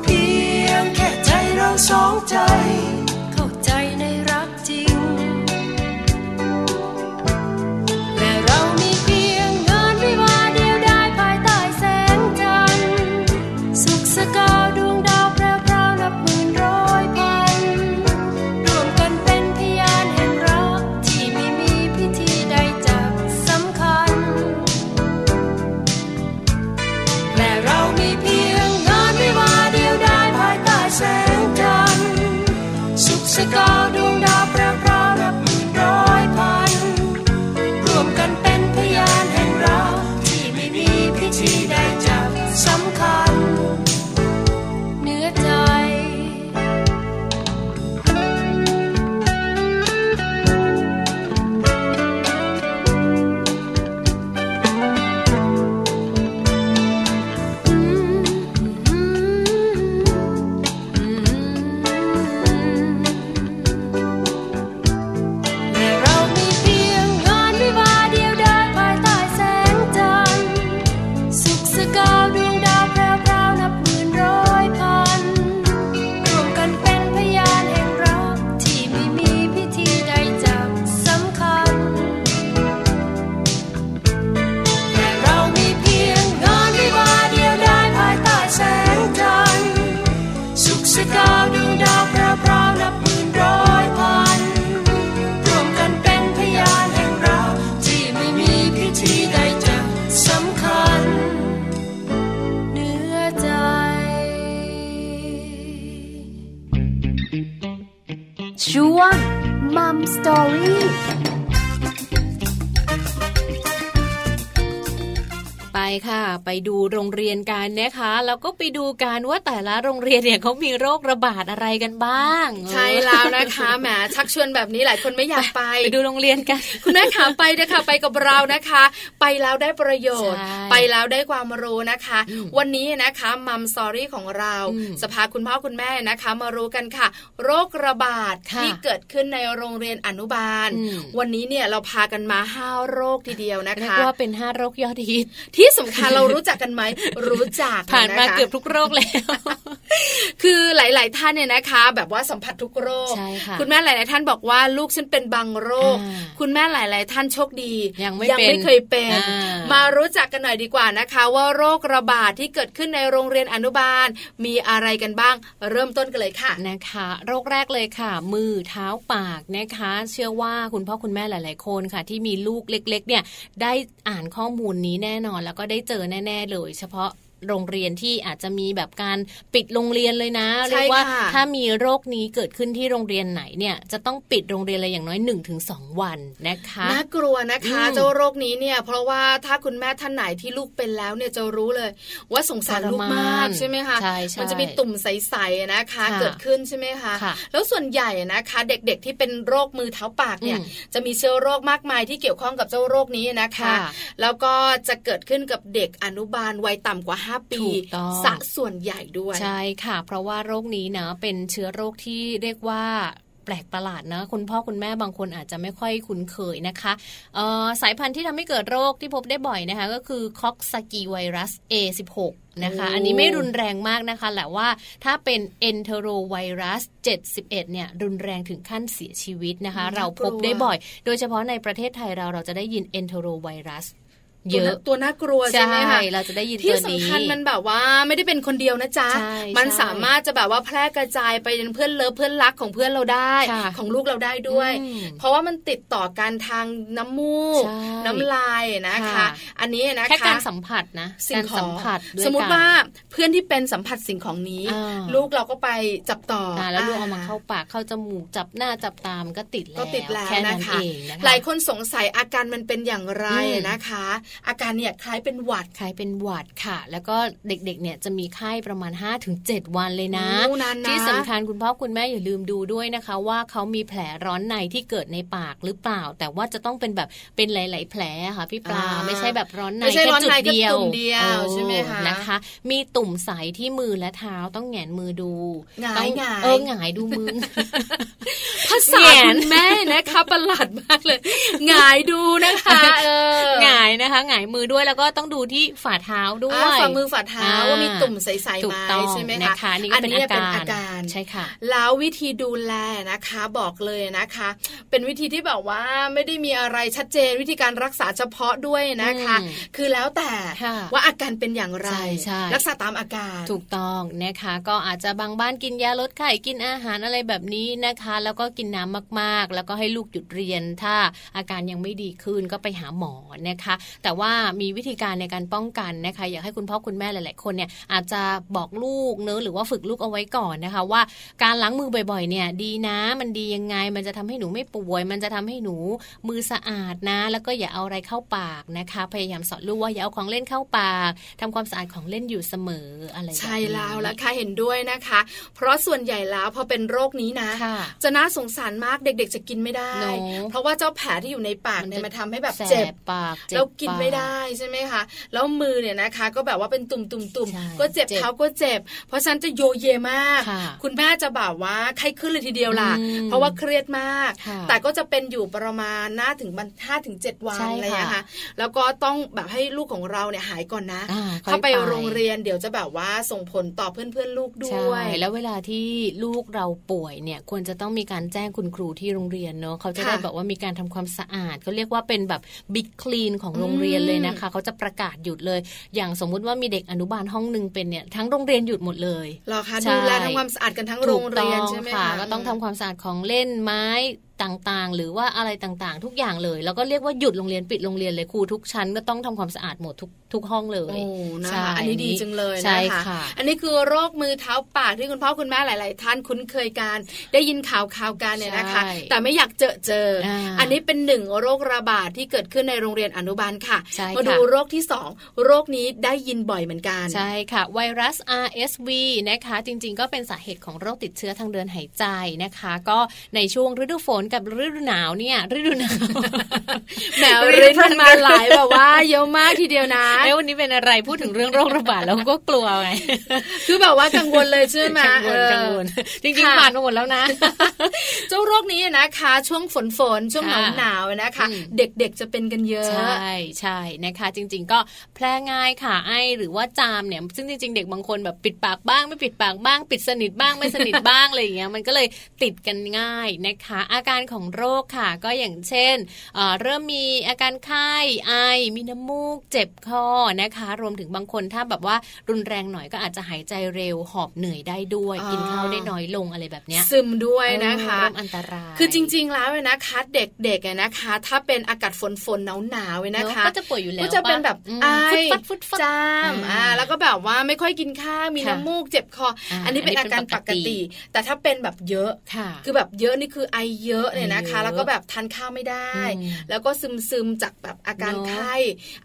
Speaker 5: เพียงแค่ใจเราสองใจ เข้าใจในรักจริง และเรามีเพียงงานวิวาห์เดียวได้ภายใต้แสงจันทร์สุขสกาวดวงดาวแพร่วๆนับหมื่นร้อยพัน รวมกันเป็นพยานแห่งรักที่ไม่มีพิธีใดจักสำคัญ และเรามีเพียงงานวิวาห์เดียวได้ภายใต้แสงจันทร์สุขสกาวดวงดาวแพร่วๆนับหมื่นร้อยพัน รวมกันเป็นพยานแห่งเราที่ไม่มีพิธีใดจับสำคัญเหนื้อใจ และเรามีเพียงงานวิวาห์เดียวได้ภายใต้แสงจันทร์สุขสกาวดวงดาวแพร่วๆนับหมื่นร้อยพัน รวมกันเป็นพยานแห่งรักที่ไม่มีพิธีใดจักสำคัญ และเรามีเพียงงานวิวาห์เดียวได้ภายใต้แสงจันทร์สุขสกาวดวงดาวแพร่วๆนับหมื่นร้อยพัน รวมกันเป็นพยานแห่งเราที่ไม่มีพิธีใดจะสำคัญเหนือใจ
Speaker 1: ช่วงมัมสตอรี่
Speaker 3: ไป ค่ะ ไปดูโรงเรียนกันนะคะแล้วก็ไปดูกันว่าแต่ละโรงเรียนเนี่ยเขามีโรคระบาดอะไรกันบ้าง
Speaker 4: ใช่แล้วนะคะ แหมชักชวนแบบนี้หลายคนไม่อยากไป
Speaker 3: ไปดูโรงเรียนกัน
Speaker 4: คุณแม่ขาไปนะคะไปกับเรานะคะ ไปแล้วได้ประโยชน์
Speaker 3: ใช่
Speaker 4: ไปแล้วได้ความรู้นะคะ
Speaker 3: อืม
Speaker 4: วันนี้นะคะมัมสอรี่ของเรา
Speaker 3: อืม
Speaker 4: จะพาคุณพ่อคุณแม่นะคะ มารู้กันค่ะ โรคระบาด
Speaker 3: ค่ะ
Speaker 4: ที่เกิดขึ้นในโรงเรียนอนุบาล
Speaker 3: อืม
Speaker 4: วันนี้เนี่ยเราพากันมาห้าโรคทีเดียวนะ
Speaker 3: เรียก
Speaker 4: คะ
Speaker 3: ว่าเป็นห้าโรคยอดฮิต
Speaker 4: ที่สำคัญเรารู้จักกันไหม รู้จัก
Speaker 3: ผ่านมา
Speaker 4: ะคะ
Speaker 3: เกือบทุกโรคแล้ว
Speaker 4: คือหลาย ๆ ท่านเนี่ยนะคะ แบบว่าสัมผัสทุกโรค
Speaker 3: ใช่ค่ะ
Speaker 4: คุณแม่หลาย ๆ ท่านบอกว่าลูกฉันเป็นบางโรค
Speaker 3: อ่า
Speaker 4: คุณแม่หลาย ๆ ท่านโชคดี
Speaker 3: ยังไม่เป็น
Speaker 4: เคยเป็น
Speaker 3: อ่า
Speaker 4: มารู้จักกันหน่อยดีกว่านะคะ ว่าโรคระบาดที่เกิดขึ้นในโรงเรียนอนุบาล มีอะไรกันบ้าง เริ่มต้นกันเลยค่ะ
Speaker 3: นะคะ โรคแรกเลยค่ะ มือเท้าปากนะคะ เชื่อว่าคุณพ่อคุณแม่หลาย ๆ คนค่ะ ที่มีลูกเล็ก ๆ เนี่ยได้อ่านข้อมูลนี้แน่นอน แล้วก็ได้เจอแน่ ๆ เลย เฉพาะโรงเรียนที่อาจจะมีแบบการปิดโรงเรียนเลยนะ
Speaker 4: ใช่
Speaker 3: เรียกว่า
Speaker 4: ค่ะ
Speaker 3: ถ้ามีโรคนี้เกิดขึ้นที่โรงเรียนไหนเนี่ยจะต้องปิดโรงเรียนเลยอย่างน้อย 1-2 วันนะคะ
Speaker 4: น่ากลัวนะคะ
Speaker 3: อืม
Speaker 4: เจ้าโรคนี้เนี่ย เพราะว่าถ้าคุณแม่ท่านไหนที่ลูกเป็นแล้วเนี่ยจะรู้เลย ว่าสงสารลูกมาก
Speaker 3: ทรมาน
Speaker 4: ใช่ไหมคะ
Speaker 3: ใช่ใช่
Speaker 4: มันจะมีตุ่มใสๆนะคะ
Speaker 3: ค่ะ
Speaker 4: เกิดขึ้นใช่ไหมคะ
Speaker 3: ค่ะ
Speaker 4: แล้วส่วนใหญ่นะคะ เด็กๆที่เป็นโรคมือเท้าปากเนี่ย
Speaker 3: อืม
Speaker 4: จะมีเชื้อโรคมากมายที่เกี่ยวข้องกับเจ้าโรคนี้นะคะ
Speaker 3: ค่ะ
Speaker 4: แล้วก็จะเกิดขึ้นกับเด็กอนุบาลวัยต่ำกว่า 5 ปี
Speaker 3: ถูกต้อง
Speaker 4: สะส่วนใหญ่ด้วย
Speaker 3: ใช่ค่ะ เพราะว่าโรคนี้นะเป็นเชื้อโรคที่เรียกว่าแปลกประหลาดนะคุณพ่อคุณแม่บางคนอาจจะไม่ค่อยคุ้นเคยนะคะเอ่อสายพันธุ์ที่ทำให้เกิดโรคที่พบได้บ่อยนะคะ ก็คือคอกซากีไวรัส A16 นะคะ
Speaker 4: โอ้
Speaker 3: อันนี้ไม่รุนแรงมากนะคะแต่ว่าถ้าเป็นเอนเทโรไวรัส 71 เนี่ยรุนแรงถึงขั้นเสียชีวิตนะคะ เราพบได้บ่อย โดยเฉพาะในประเทศไทยเราเราจะได้ยินเอนเทโรไวรัสเย
Speaker 4: ตั
Speaker 3: อะ
Speaker 4: วน่าตัวน่ากลัวใช่ไหมคะ
Speaker 3: เราจะได้ยิน
Speaker 4: ที่
Speaker 3: ตัว
Speaker 4: สำ
Speaker 3: นี้
Speaker 4: คัญมันแบบว่าไม่ได้เป็นคนเดียวนะจ๊ะ
Speaker 3: ใช่
Speaker 4: มัน
Speaker 3: ใช่
Speaker 4: สามารถจะแบบว่าแพร่กระจายไปยังเพื่อนเลิฟเพื่อนรักของเพื่อนเราได้
Speaker 3: ค่ะ
Speaker 4: ของลูกเราได้ด้วย
Speaker 3: อืม
Speaker 4: เพราะว่ามันติดต่อกันทางน้ำมูก
Speaker 3: ใช่
Speaker 4: น้ำลายนะคะ
Speaker 3: ค่ะ
Speaker 4: อันนี้นะคะ
Speaker 3: แค่การสัมผัสนะ
Speaker 4: สิ่
Speaker 3: กาง ร
Speaker 4: ขอ
Speaker 3: สั
Speaker 4: ง
Speaker 3: มผัสด้วย
Speaker 4: สมมติ
Speaker 3: กัน
Speaker 4: ว่าเพื่อนที่เป็นสัมผัสสิ่งของนี้
Speaker 3: อ่า
Speaker 4: ลูกเราก็ไปจับต่ออ
Speaker 3: อ่าแล้วลูก
Speaker 4: อ่
Speaker 3: เอามาเข้าปากเข้าจมูกจับหน้าจับตามนก็ติดแล้ว
Speaker 4: ก็ติดแล้ว
Speaker 3: แค่
Speaker 4: นะ
Speaker 3: นั้น
Speaker 4: คะ
Speaker 3: เองนะคะ
Speaker 4: หลายคนสงสัยอาการมันเป็นอย่างไร
Speaker 3: อืม
Speaker 4: นะคะ อาการเนี่ยคล้ายเป็นหวัด
Speaker 3: ใครเป็นหวัดค่ะ แล้วก็เด็กๆ เนี่ยจะมีไข้ประมาณ 5-7 วันเลยนะ
Speaker 4: โอ้นานนะ
Speaker 3: ที่สำคัญคุณพ่อคุณแม่อย่าลืมดูด้วยนะคะ ว่าเขามีแผลร้อนในที่เกิดในปากหรือเปล่า แต่ว่าจะต้องเป็นแบบเป็นหลาย ๆ แผลค่ะพี่ปลา
Speaker 4: อ่า
Speaker 3: ไม่ใช่แบบร้อนใน
Speaker 4: ไม่ใช่
Speaker 3: แค่
Speaker 4: ร้อน
Speaker 3: จุ
Speaker 4: ใน
Speaker 3: ดเดียว
Speaker 4: แค่ตุ่มเดียว
Speaker 3: เออ
Speaker 4: ใช่ไหมคะ
Speaker 3: นะคะ มีตุ่มใสที่มือและเท้าต้องแหงนมือดู
Speaker 4: หงาย
Speaker 3: ต้องเออ
Speaker 4: หงาย
Speaker 3: หงายดู มือ
Speaker 4: ภาษาคุณแม่นะคะประหลาดมากเลยหงายดูนะคะเออ
Speaker 3: หงายนะคะหงายมือด้วยแล้วก็ต้องดูที่ฝ่าเท้าด้ว
Speaker 4: อ่าย ฝ่ามือฝ่าเท้า
Speaker 3: อ่
Speaker 4: ว่ามีตุ่มใสๆ
Speaker 3: ถู
Speaker 4: ไห
Speaker 3: ก
Speaker 4: ม
Speaker 3: ต้อง
Speaker 4: ใช่ไหม
Speaker 3: นะคะคะนี่ก็เป็นอา
Speaker 4: เป็
Speaker 3: กาน ร
Speaker 4: อาการ
Speaker 3: ใช่ค่ะ
Speaker 4: แล้ววิธีดูแลนะคะบอกเลยนะคะ เป็นวิธีที่แบบว่าไม่ได้มีอะไรชัดเจนวิธีการรักษาเฉพาะด้วยนะคะ
Speaker 3: อืม
Speaker 4: คือแล้วแต่
Speaker 3: ค่ะ
Speaker 4: ว่าอาการเป็นอย่างไร
Speaker 3: ใช่ใช่
Speaker 4: รักษาตามอาการ
Speaker 3: ถูกต้องนะคะ ก็อาจจะบางบ้านกินยาลดไข้กินอาหารอะไรแบบนี้นะคะ แล้วก็กินน้ำมากๆ แล้วก็ให้ลูกหยุดเรียน ถ้าอาการยังไม่ดีขึ้นก็ไปหาหมอนะคะ แต่ว่ามีวิธีการในการป้องกันนะคะ อยากให้คุณพ่อคุณแม่หลาย ๆ คนเนี่ยอาจจะบอกลูกเนอะหรือว่าฝึกลูกเอาไว้ก่อนนะคะ ว่าการล้างมือบ่อย ๆ เนี่ยดีนะ มันดียังไง มันจะทำให้หนูไม่ป่วย มันจะทำให้หนูมือสะอาดนะ แล้วก็อย่าเอาอะไรเข้าปากนะคะ พยายามสอนลูกว่าอย่าเอาของเล่นเข้าปากทำความสะอาดของเล่นอยู่เสมออะไร
Speaker 4: ใช่แล้วล่ะค่ะเห็นด้วยนะคะ เพราะส่วนใหญ่แล้วพอเป็นโรคนี้นะ
Speaker 3: ค่ะ
Speaker 4: จะน่าสงสารมากเด็ก ๆ จะกินไม่ได้
Speaker 3: เนอะ
Speaker 4: เพราะว่าเจ้าแผลที่อยู่ในปากเนี่ย
Speaker 3: มันจะ
Speaker 4: มันทำให้แบบ
Speaker 3: แส
Speaker 4: เจ็บ
Speaker 3: บปากเจ็บ
Speaker 4: แล้วกินไม่
Speaker 3: ปา
Speaker 4: ได้ใช่ไหมคะ แล้วมือเนี่ยนะคะ ก็แบบว่าเป็นตุ่มๆๆ
Speaker 3: ใช่
Speaker 4: ก็เจ็บ
Speaker 3: เจ็บ
Speaker 4: เท้าก็เจ็บ เพราะฉะนันจะโยเยมาก
Speaker 3: ค่ะ
Speaker 4: คุณแม่จะแบบว่าไข้ขึ้นเลยทีเดียวล่ะ
Speaker 3: อืม
Speaker 4: เพราะว่าเครียดมาก
Speaker 3: ค่ะ
Speaker 4: แต่ก็จะเป็นอยู่ประมาณหน้าถึงบันห้าถึงเจ็ดวัน
Speaker 3: ใช่
Speaker 4: อะไรอย่างเงี้ย
Speaker 3: ค่ะ
Speaker 4: ค่ะ แล้วก็ต้องแบบให้ลูกของเราเนี่ยหายก่อนนะ
Speaker 3: อ่าค่อย
Speaker 4: ถ้า
Speaker 3: ไป
Speaker 4: ไปโรงเรียนเดี๋ยวจะแบบว่าส่งผลต่อเพื่อนๆลูกด้วย
Speaker 3: ใช่ แล้วเวลาที่ลูกเราป่วยเนี่ยควรจะต้องมีการแจ้งคุณครูที่โรงเรียนเนอะเขาจะ
Speaker 4: ค่ะ
Speaker 3: ได้แบบว่ามีการทำความสะอาดเขาเรียกว่าเป็นแบบบิ๊กคลีนของโรงเรียนเลยนะคะเขาจะประกาศหยุดเลย อย่างสมมุติว่ามีเด็กอนุบาลห้องหนึ่งเป็นเนี่ยทั้งโรงเรียนหยุดหมดเลย
Speaker 4: เหรอคะ
Speaker 3: ใช่
Speaker 4: ดูแลทำความสะอาดกันทั้งโรงเรียน
Speaker 3: ถูกต้อ
Speaker 4: ใช่ไหม
Speaker 3: ค่ะ
Speaker 4: คะ
Speaker 3: ก็ต้องทำความสะอาดของเล่นไม้ ต่างๆ หรือว่าอะไรต่างๆ ทุกอย่างเลย แล้วก็เรียกว่าหยุดโรงเรียนปิดโรงเรียนเลยครูทุกชั้นก็ต้องทำความสะอาดหมดทุกทุกห้องเลย
Speaker 4: โอ้นะ
Speaker 3: ใช่
Speaker 4: คะอันนี้ดีจังเลย
Speaker 3: ใช่
Speaker 4: นะคะ
Speaker 3: ค่ะ
Speaker 4: อันนี้คือโรคมือเท้าปากที่คุณพ่อคุณแม่หลาย ๆ ท่านคุ้นเคยกันได้ยินข่าวข่าวๆกันเนี่ยนะคะ
Speaker 3: ใช่
Speaker 4: แต่ไม่อยากเจอเจออา อันนี้เป็นหนึ่งโรคระบาดที่เกิดขึ้นในโรงเรียนอนุบาลค่ะ
Speaker 3: ใช่
Speaker 4: มาดู
Speaker 3: ค่ะ
Speaker 4: โรคที่สองโรคนี้ได้ยินบ่อยเหมือนกัน
Speaker 3: ใช่ค่ะ ไวรัส RSV นะคะจริงๆ ก็เป็นสาเหตุของโรคติดเชื้อทางเดินหายใจนะคะ ก็ในช่วงฤดูฝนกับฤดูหนาวเนี่ยฤดูหนาว
Speaker 4: แหมริ้นมันมาหลายแบบว่าเยอะมากทีเดียวนะ
Speaker 3: เอ้วันนี้เป็นอะไรพูดถึงเรื่องโรคระบาดแล้วก็กลัวไง
Speaker 4: คือแบบว่ากังวลเลยใช่ไหม
Speaker 3: กังวล
Speaker 4: เออ
Speaker 3: กังวลจริง
Speaker 4: ค่ะ
Speaker 3: ๆผ่านมาหมดแล้ว นะ
Speaker 4: เจ้าโรคนี้นะคะ ช่วงฝนฝนๆช่วงหนาว
Speaker 3: ค่ะ
Speaker 4: หนาวๆนะคะ
Speaker 3: อืม
Speaker 4: เด็กๆจะเป็นกันเยอะ
Speaker 3: ใช่ใช่นะคะ จริง ๆ ก็แพร่ง่ายค่ะไอหรือว่าจามเนี่ยซึ่งจริง ๆ เด็กบางคนแบบปิดปากบ้าง ไม่ปิดปากบ้าง ปิดสนิทบ้างไม่สนิทบ้างอะไรอย่างเงี้ยมันก็เลยติดกันง่ายนะคะ อาการของโรคค่ะ ก็อย่างเช่นเอ่อเริ่มมีอาการไข้ไอ มีน้ำมูกเจ็บคอนะคะ รวมถึงบางคนถ้าแบบว่ารุนแรงหน่อยก็อาจจะหายใจเร็วหอบเหนื่อยได้ด้วย
Speaker 4: อ่ากิ
Speaker 3: กินข้าวได้น้อยลงอะไรแบบเนี้ย
Speaker 4: ซึมด้วยนะคะ
Speaker 3: เริ่มอันตราย
Speaker 4: คือจริง ๆ แล้วเนี่ยนะคะเด็กๆอะนะคะ ถ้าเป็นอากาศฝนฝนหนาวหนาวๆเนี่ยนะ
Speaker 3: เนอะ
Speaker 4: คะ
Speaker 3: ก็จะป่วยอยู่แล้ว
Speaker 4: ก็จะเป็นแบบ
Speaker 3: อืม
Speaker 4: ไอ
Speaker 3: ฟุดฟัดฟุดฟัด
Speaker 4: จาม
Speaker 3: อืม
Speaker 4: อ่าแล้วก็แบบว่าไม่ค่อยกินข้าวมี
Speaker 3: ค่ะ
Speaker 4: น้ำมูกเจ็บคออา อันนี้เป็น
Speaker 3: อั
Speaker 4: อาน
Speaker 3: นี้
Speaker 4: การ
Speaker 3: เป็น
Speaker 4: ป
Speaker 3: ป
Speaker 4: ก
Speaker 3: กติ
Speaker 4: ติ แต่ถ้าเป็นแบบเยอะ
Speaker 3: ค่ะ
Speaker 4: คือแบบเยอะนี่คือไอเยอะเนี่ยนะคะ
Speaker 3: เยอะ
Speaker 4: แล้วก็แบบทานข้าวไม่ได้
Speaker 3: อืม
Speaker 4: แล้วก็ซึมซึมๆจากแบบอาการ
Speaker 3: เนอะ
Speaker 4: ไข้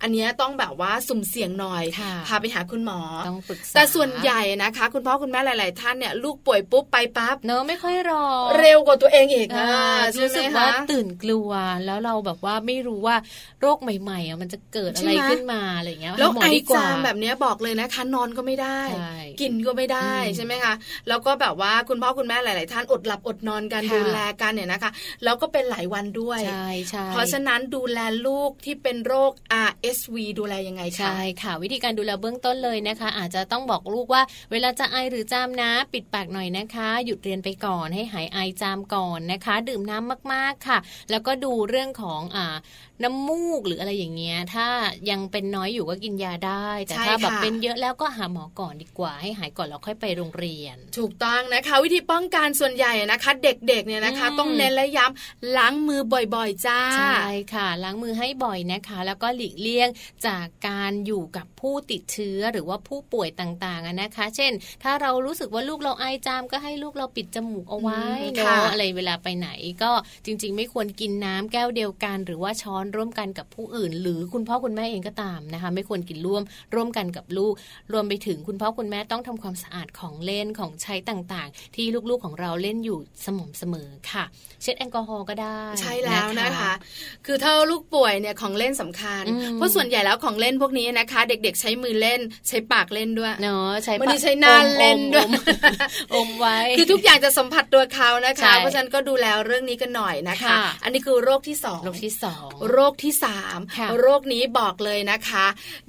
Speaker 4: อันเนี้ยต้องแบบว่าสุ่มเสี่ยงหน่อย
Speaker 3: ค่ะ
Speaker 4: พาไปหาคุณหมอ
Speaker 3: ต้องปรึกษา
Speaker 4: แต่ส่วนใหญ่นะคะ คุณพ่อคุณแม่หลาย ๆ ท่านเนี่ยลูกป่วยปุ๊บไปปั๊บ
Speaker 3: เนอะไม่ค่อยรอ
Speaker 4: เร็วกว่าตัวเองอีก
Speaker 3: อ่า
Speaker 4: อ่าใช่
Speaker 3: รู้
Speaker 4: ไหม
Speaker 3: สึก
Speaker 4: คะ
Speaker 3: ว่าตื่นกลัวแล้วเราแบบว่าไม่รู้ว่าโรคใหม่ๆอ่ะมันจะเกิดอะไร
Speaker 4: ใช่ไหม
Speaker 3: ขึ้นมาอะไรอย่างเงี้ย
Speaker 4: แล้ว
Speaker 3: หาหม
Speaker 4: ไอ
Speaker 3: ดีกว่
Speaker 4: จามแบบเนี้ยบอกเลยนะคะ นอนก็ไม่ได้
Speaker 3: ใช่
Speaker 4: กินก็ไม่ได้
Speaker 3: อืม
Speaker 4: ใช่ไหมคะแล้วก็แบบว่าคุณพ่อคุณแม่หลาย ๆ ท่านอดหลับอดนอนกัน
Speaker 3: ค่ะ
Speaker 4: ดูแลกันเนี่ยนะคะ แล้วก็เป็นหลายวันด้วย
Speaker 3: ใช่ใช่
Speaker 4: เพราะฉะนั้นดูแลลูกที่เป็นโรค RSV ดูแลยังไงคะ
Speaker 3: ใช่ค่ะ วิธีการดูแลเบื้องต้นเลยนะคะ อาจจะต้องบอกลูกว่า เวลาจะไอหรือจามนะ ปิดปากหน่อยนะคะ หยุดเรียนไปก่อนให้หายไอจามก่อนนะคะ ดื่มน้ำมากๆค่ะ แล้วก็ดูเรื่องของอ่าน้ำมูกหรืออะไรอย่างเงี้ยถ้ายังเป็นน้อยอยู่ก็กินยาได้ แต่
Speaker 4: ใช่
Speaker 3: ถ้าแบบ
Speaker 4: ค่ะ
Speaker 3: เป็นเยอะแล้วก็หาหมอก่อนดีกว่า ให้หายก่อนแล้วค่อยไปโรงเรียน
Speaker 4: ถูกต้องนะคะ วิธีป้องกันส่วนใหญ่นะคะ เด็ก ๆ เนี่ยนะคะ
Speaker 3: อืม
Speaker 4: ต้องเน้นและย้ำล้างมือบ่อย ๆ จ้า
Speaker 3: ใช่ค่ะ ล้างมือให้บ่อยนะคะ แล้วก็หลีกเลี่ยงจากการอยู่กับผู้ติดเชื้อหรือว่าผู้ป่วยต่างๆอะนะคะ เช่น ถ้าเรารู้สึกว่าลูกเราไอจามก็ให้ลูกเราปิดจมูกเอาไว้
Speaker 4: อืม
Speaker 3: เน
Speaker 4: ค่ะ
Speaker 3: อะอะไรเวลาไปไหนก็จริง ๆ ไม่ควรกินน้ำแก้วเดียวกัน หรือว่าช้อนร่วมกันกับผู้อื่น หรือคุณพ่อคุณแม่เองก็ตามนะคะ ไม่ควรกินร่วมร่วมกันกับลูก รวมไปถึงคุณพ่อคุณแม่ต้องทำความสะอาดของเล่นของใช้ต่างๆ ที่ลูกๆของเราเล่นอยู่สม่ำเสมอค่ะ เช็ดแอลกอฮอล์ก็ได้
Speaker 4: ใช่แล้วนะคะ คือถ้าลูกป่วยเนี่ยของเล่นสำคัญ
Speaker 3: อืม
Speaker 4: เพราะส่วนใหญ่แล้วของเล่นพวกนี้นะคะ เด็กๆ ใช้มือเล่น ใช้ปากเล่นด้วย
Speaker 3: เนาะใช้
Speaker 4: วันนี้
Speaker 3: ปะ
Speaker 4: ใช้หน้า
Speaker 3: อม
Speaker 4: เล่นด้วย
Speaker 3: อมอมไว้
Speaker 4: คือทุกอย่างจะสัมผัสตัวเขานะ
Speaker 3: ใช่
Speaker 4: คะ เพราะฉะนั้นก็ดูแลเรื่องนี้กันหน่อยนะคะ
Speaker 3: ค่ะ
Speaker 4: อันนี้คือโรคที่สอง
Speaker 3: โรคที่สอง
Speaker 4: โรคที่สาม
Speaker 3: ค่ะ
Speaker 4: โรคนี้บอกเลยนะคะ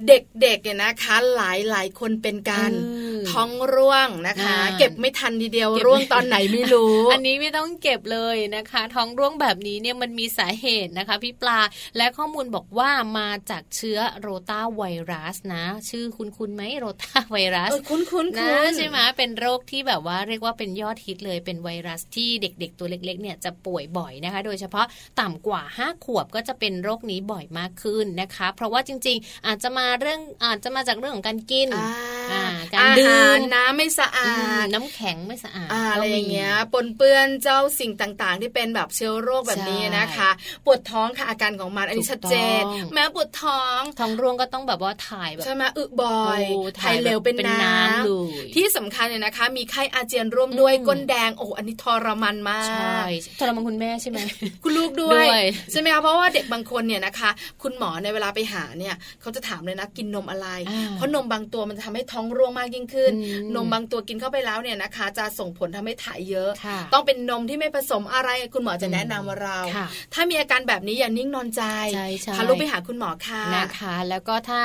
Speaker 4: เด็กๆเนี่ยนะคะ หลายหลายๆคนเป็นกัน
Speaker 3: เออ
Speaker 4: ท้องร่วงนะคะ
Speaker 3: อ่า
Speaker 4: เก็บไม่ทันทีเดียว
Speaker 3: เก็บไม่
Speaker 4: ร่วงตอนไหนไม่รู้
Speaker 3: อันนี้ไม่ต้องเก็บเลยนะคะ ท้องร่วงแบบนี้เนี่ยมันมีสาเหตุนะคะพี่ปลาและข้อมูลบอกว่ามาจากเชื้อโรตาไวรัสนะ ชื่อคุณคุณไหมโรตาไวรัส
Speaker 4: เออคุ้นคุ้น
Speaker 3: นะ
Speaker 4: คุ้น
Speaker 3: ใช่ไหมเป็นโรคที่แบบว่าเรียกว่าเป็นยอดฮิตเลยเป็นไวรัสที่เด็กๆ ตัวเล็กๆเนี่ยจะป่วยบ่อยนะคะ โดยเฉพาะต่ำกว่า 5 ขวบก็จะเป็นโรคนี้บ่อยมากขึ้นนะคะ เพราะว่าจริงๆ อาจจะมาเรื่องอาจจะมาจากเรื่องของการกิน
Speaker 4: อ่า
Speaker 3: อ่า
Speaker 4: อา
Speaker 3: การดื่
Speaker 4: หาร
Speaker 3: ม
Speaker 4: น้ำไม่สะ
Speaker 3: อื
Speaker 4: อาด
Speaker 3: มน้ำแข็งไม่สะอาด
Speaker 4: อ่า
Speaker 3: ก็
Speaker 4: อะไรอย่าง
Speaker 3: มี
Speaker 4: เงี้ย ปนเปื้อนเจ้าสิ่งต่างๆ ที่เป็นแบบเชื้อโรคแบบนี้นะคะ ปวดท้องค่ะอาการของมันอันนี้ชัดเจน
Speaker 3: ถูกต้อง
Speaker 4: แม้ปวดท้อง
Speaker 3: ท้องร่วงก็ต้องแบบว่าถ่ายแบบ
Speaker 4: ใช่ไหมอึบ่อย
Speaker 3: โ
Speaker 4: ถ่ายเหลวเป็น
Speaker 3: แบบ
Speaker 4: น้ำ
Speaker 3: เลย
Speaker 4: ที่สำคัญเนี่ยนะคะ มีไข้อาเจียนร่วมด้วย
Speaker 3: อืม
Speaker 4: ก้นแดงโอ้โหอันนี้ทรมานมา
Speaker 3: ใช่
Speaker 4: ก
Speaker 3: ทรมานคุณแม่ใช่ไหม
Speaker 4: คุณลูกด้วย
Speaker 3: ด้วย
Speaker 4: ใช่ไหมคะเพราะว่าเด็กบางคนเนี่ยนะคะ คุณหมอในยเวลาไปหาเนี่ยเขาจะถามเลยนะกินนมอะไร
Speaker 3: อ่า
Speaker 4: เพราะนมบางตัวมันจะทำให้ท้องร่วงมากยิ่งขึ้น
Speaker 3: อืม
Speaker 4: นมบางตัวกินเข้าไปแล้วเนี่ยนะคะ จะส่งผลทำให้ถ่ายเยอะ
Speaker 3: ค่ะ
Speaker 4: ต้องเป็นนมที่ไม่ผสมอะไร คุณหมอจะแนะนำเรา
Speaker 3: ค่ะ
Speaker 4: ถ้ามีอาการแบบนี้อย่านิ่งนอนใจ
Speaker 3: ใช่ใช่
Speaker 4: พาลูกไปหาคุณหมอค่ะ
Speaker 3: นะคะแล้วก็ถ้า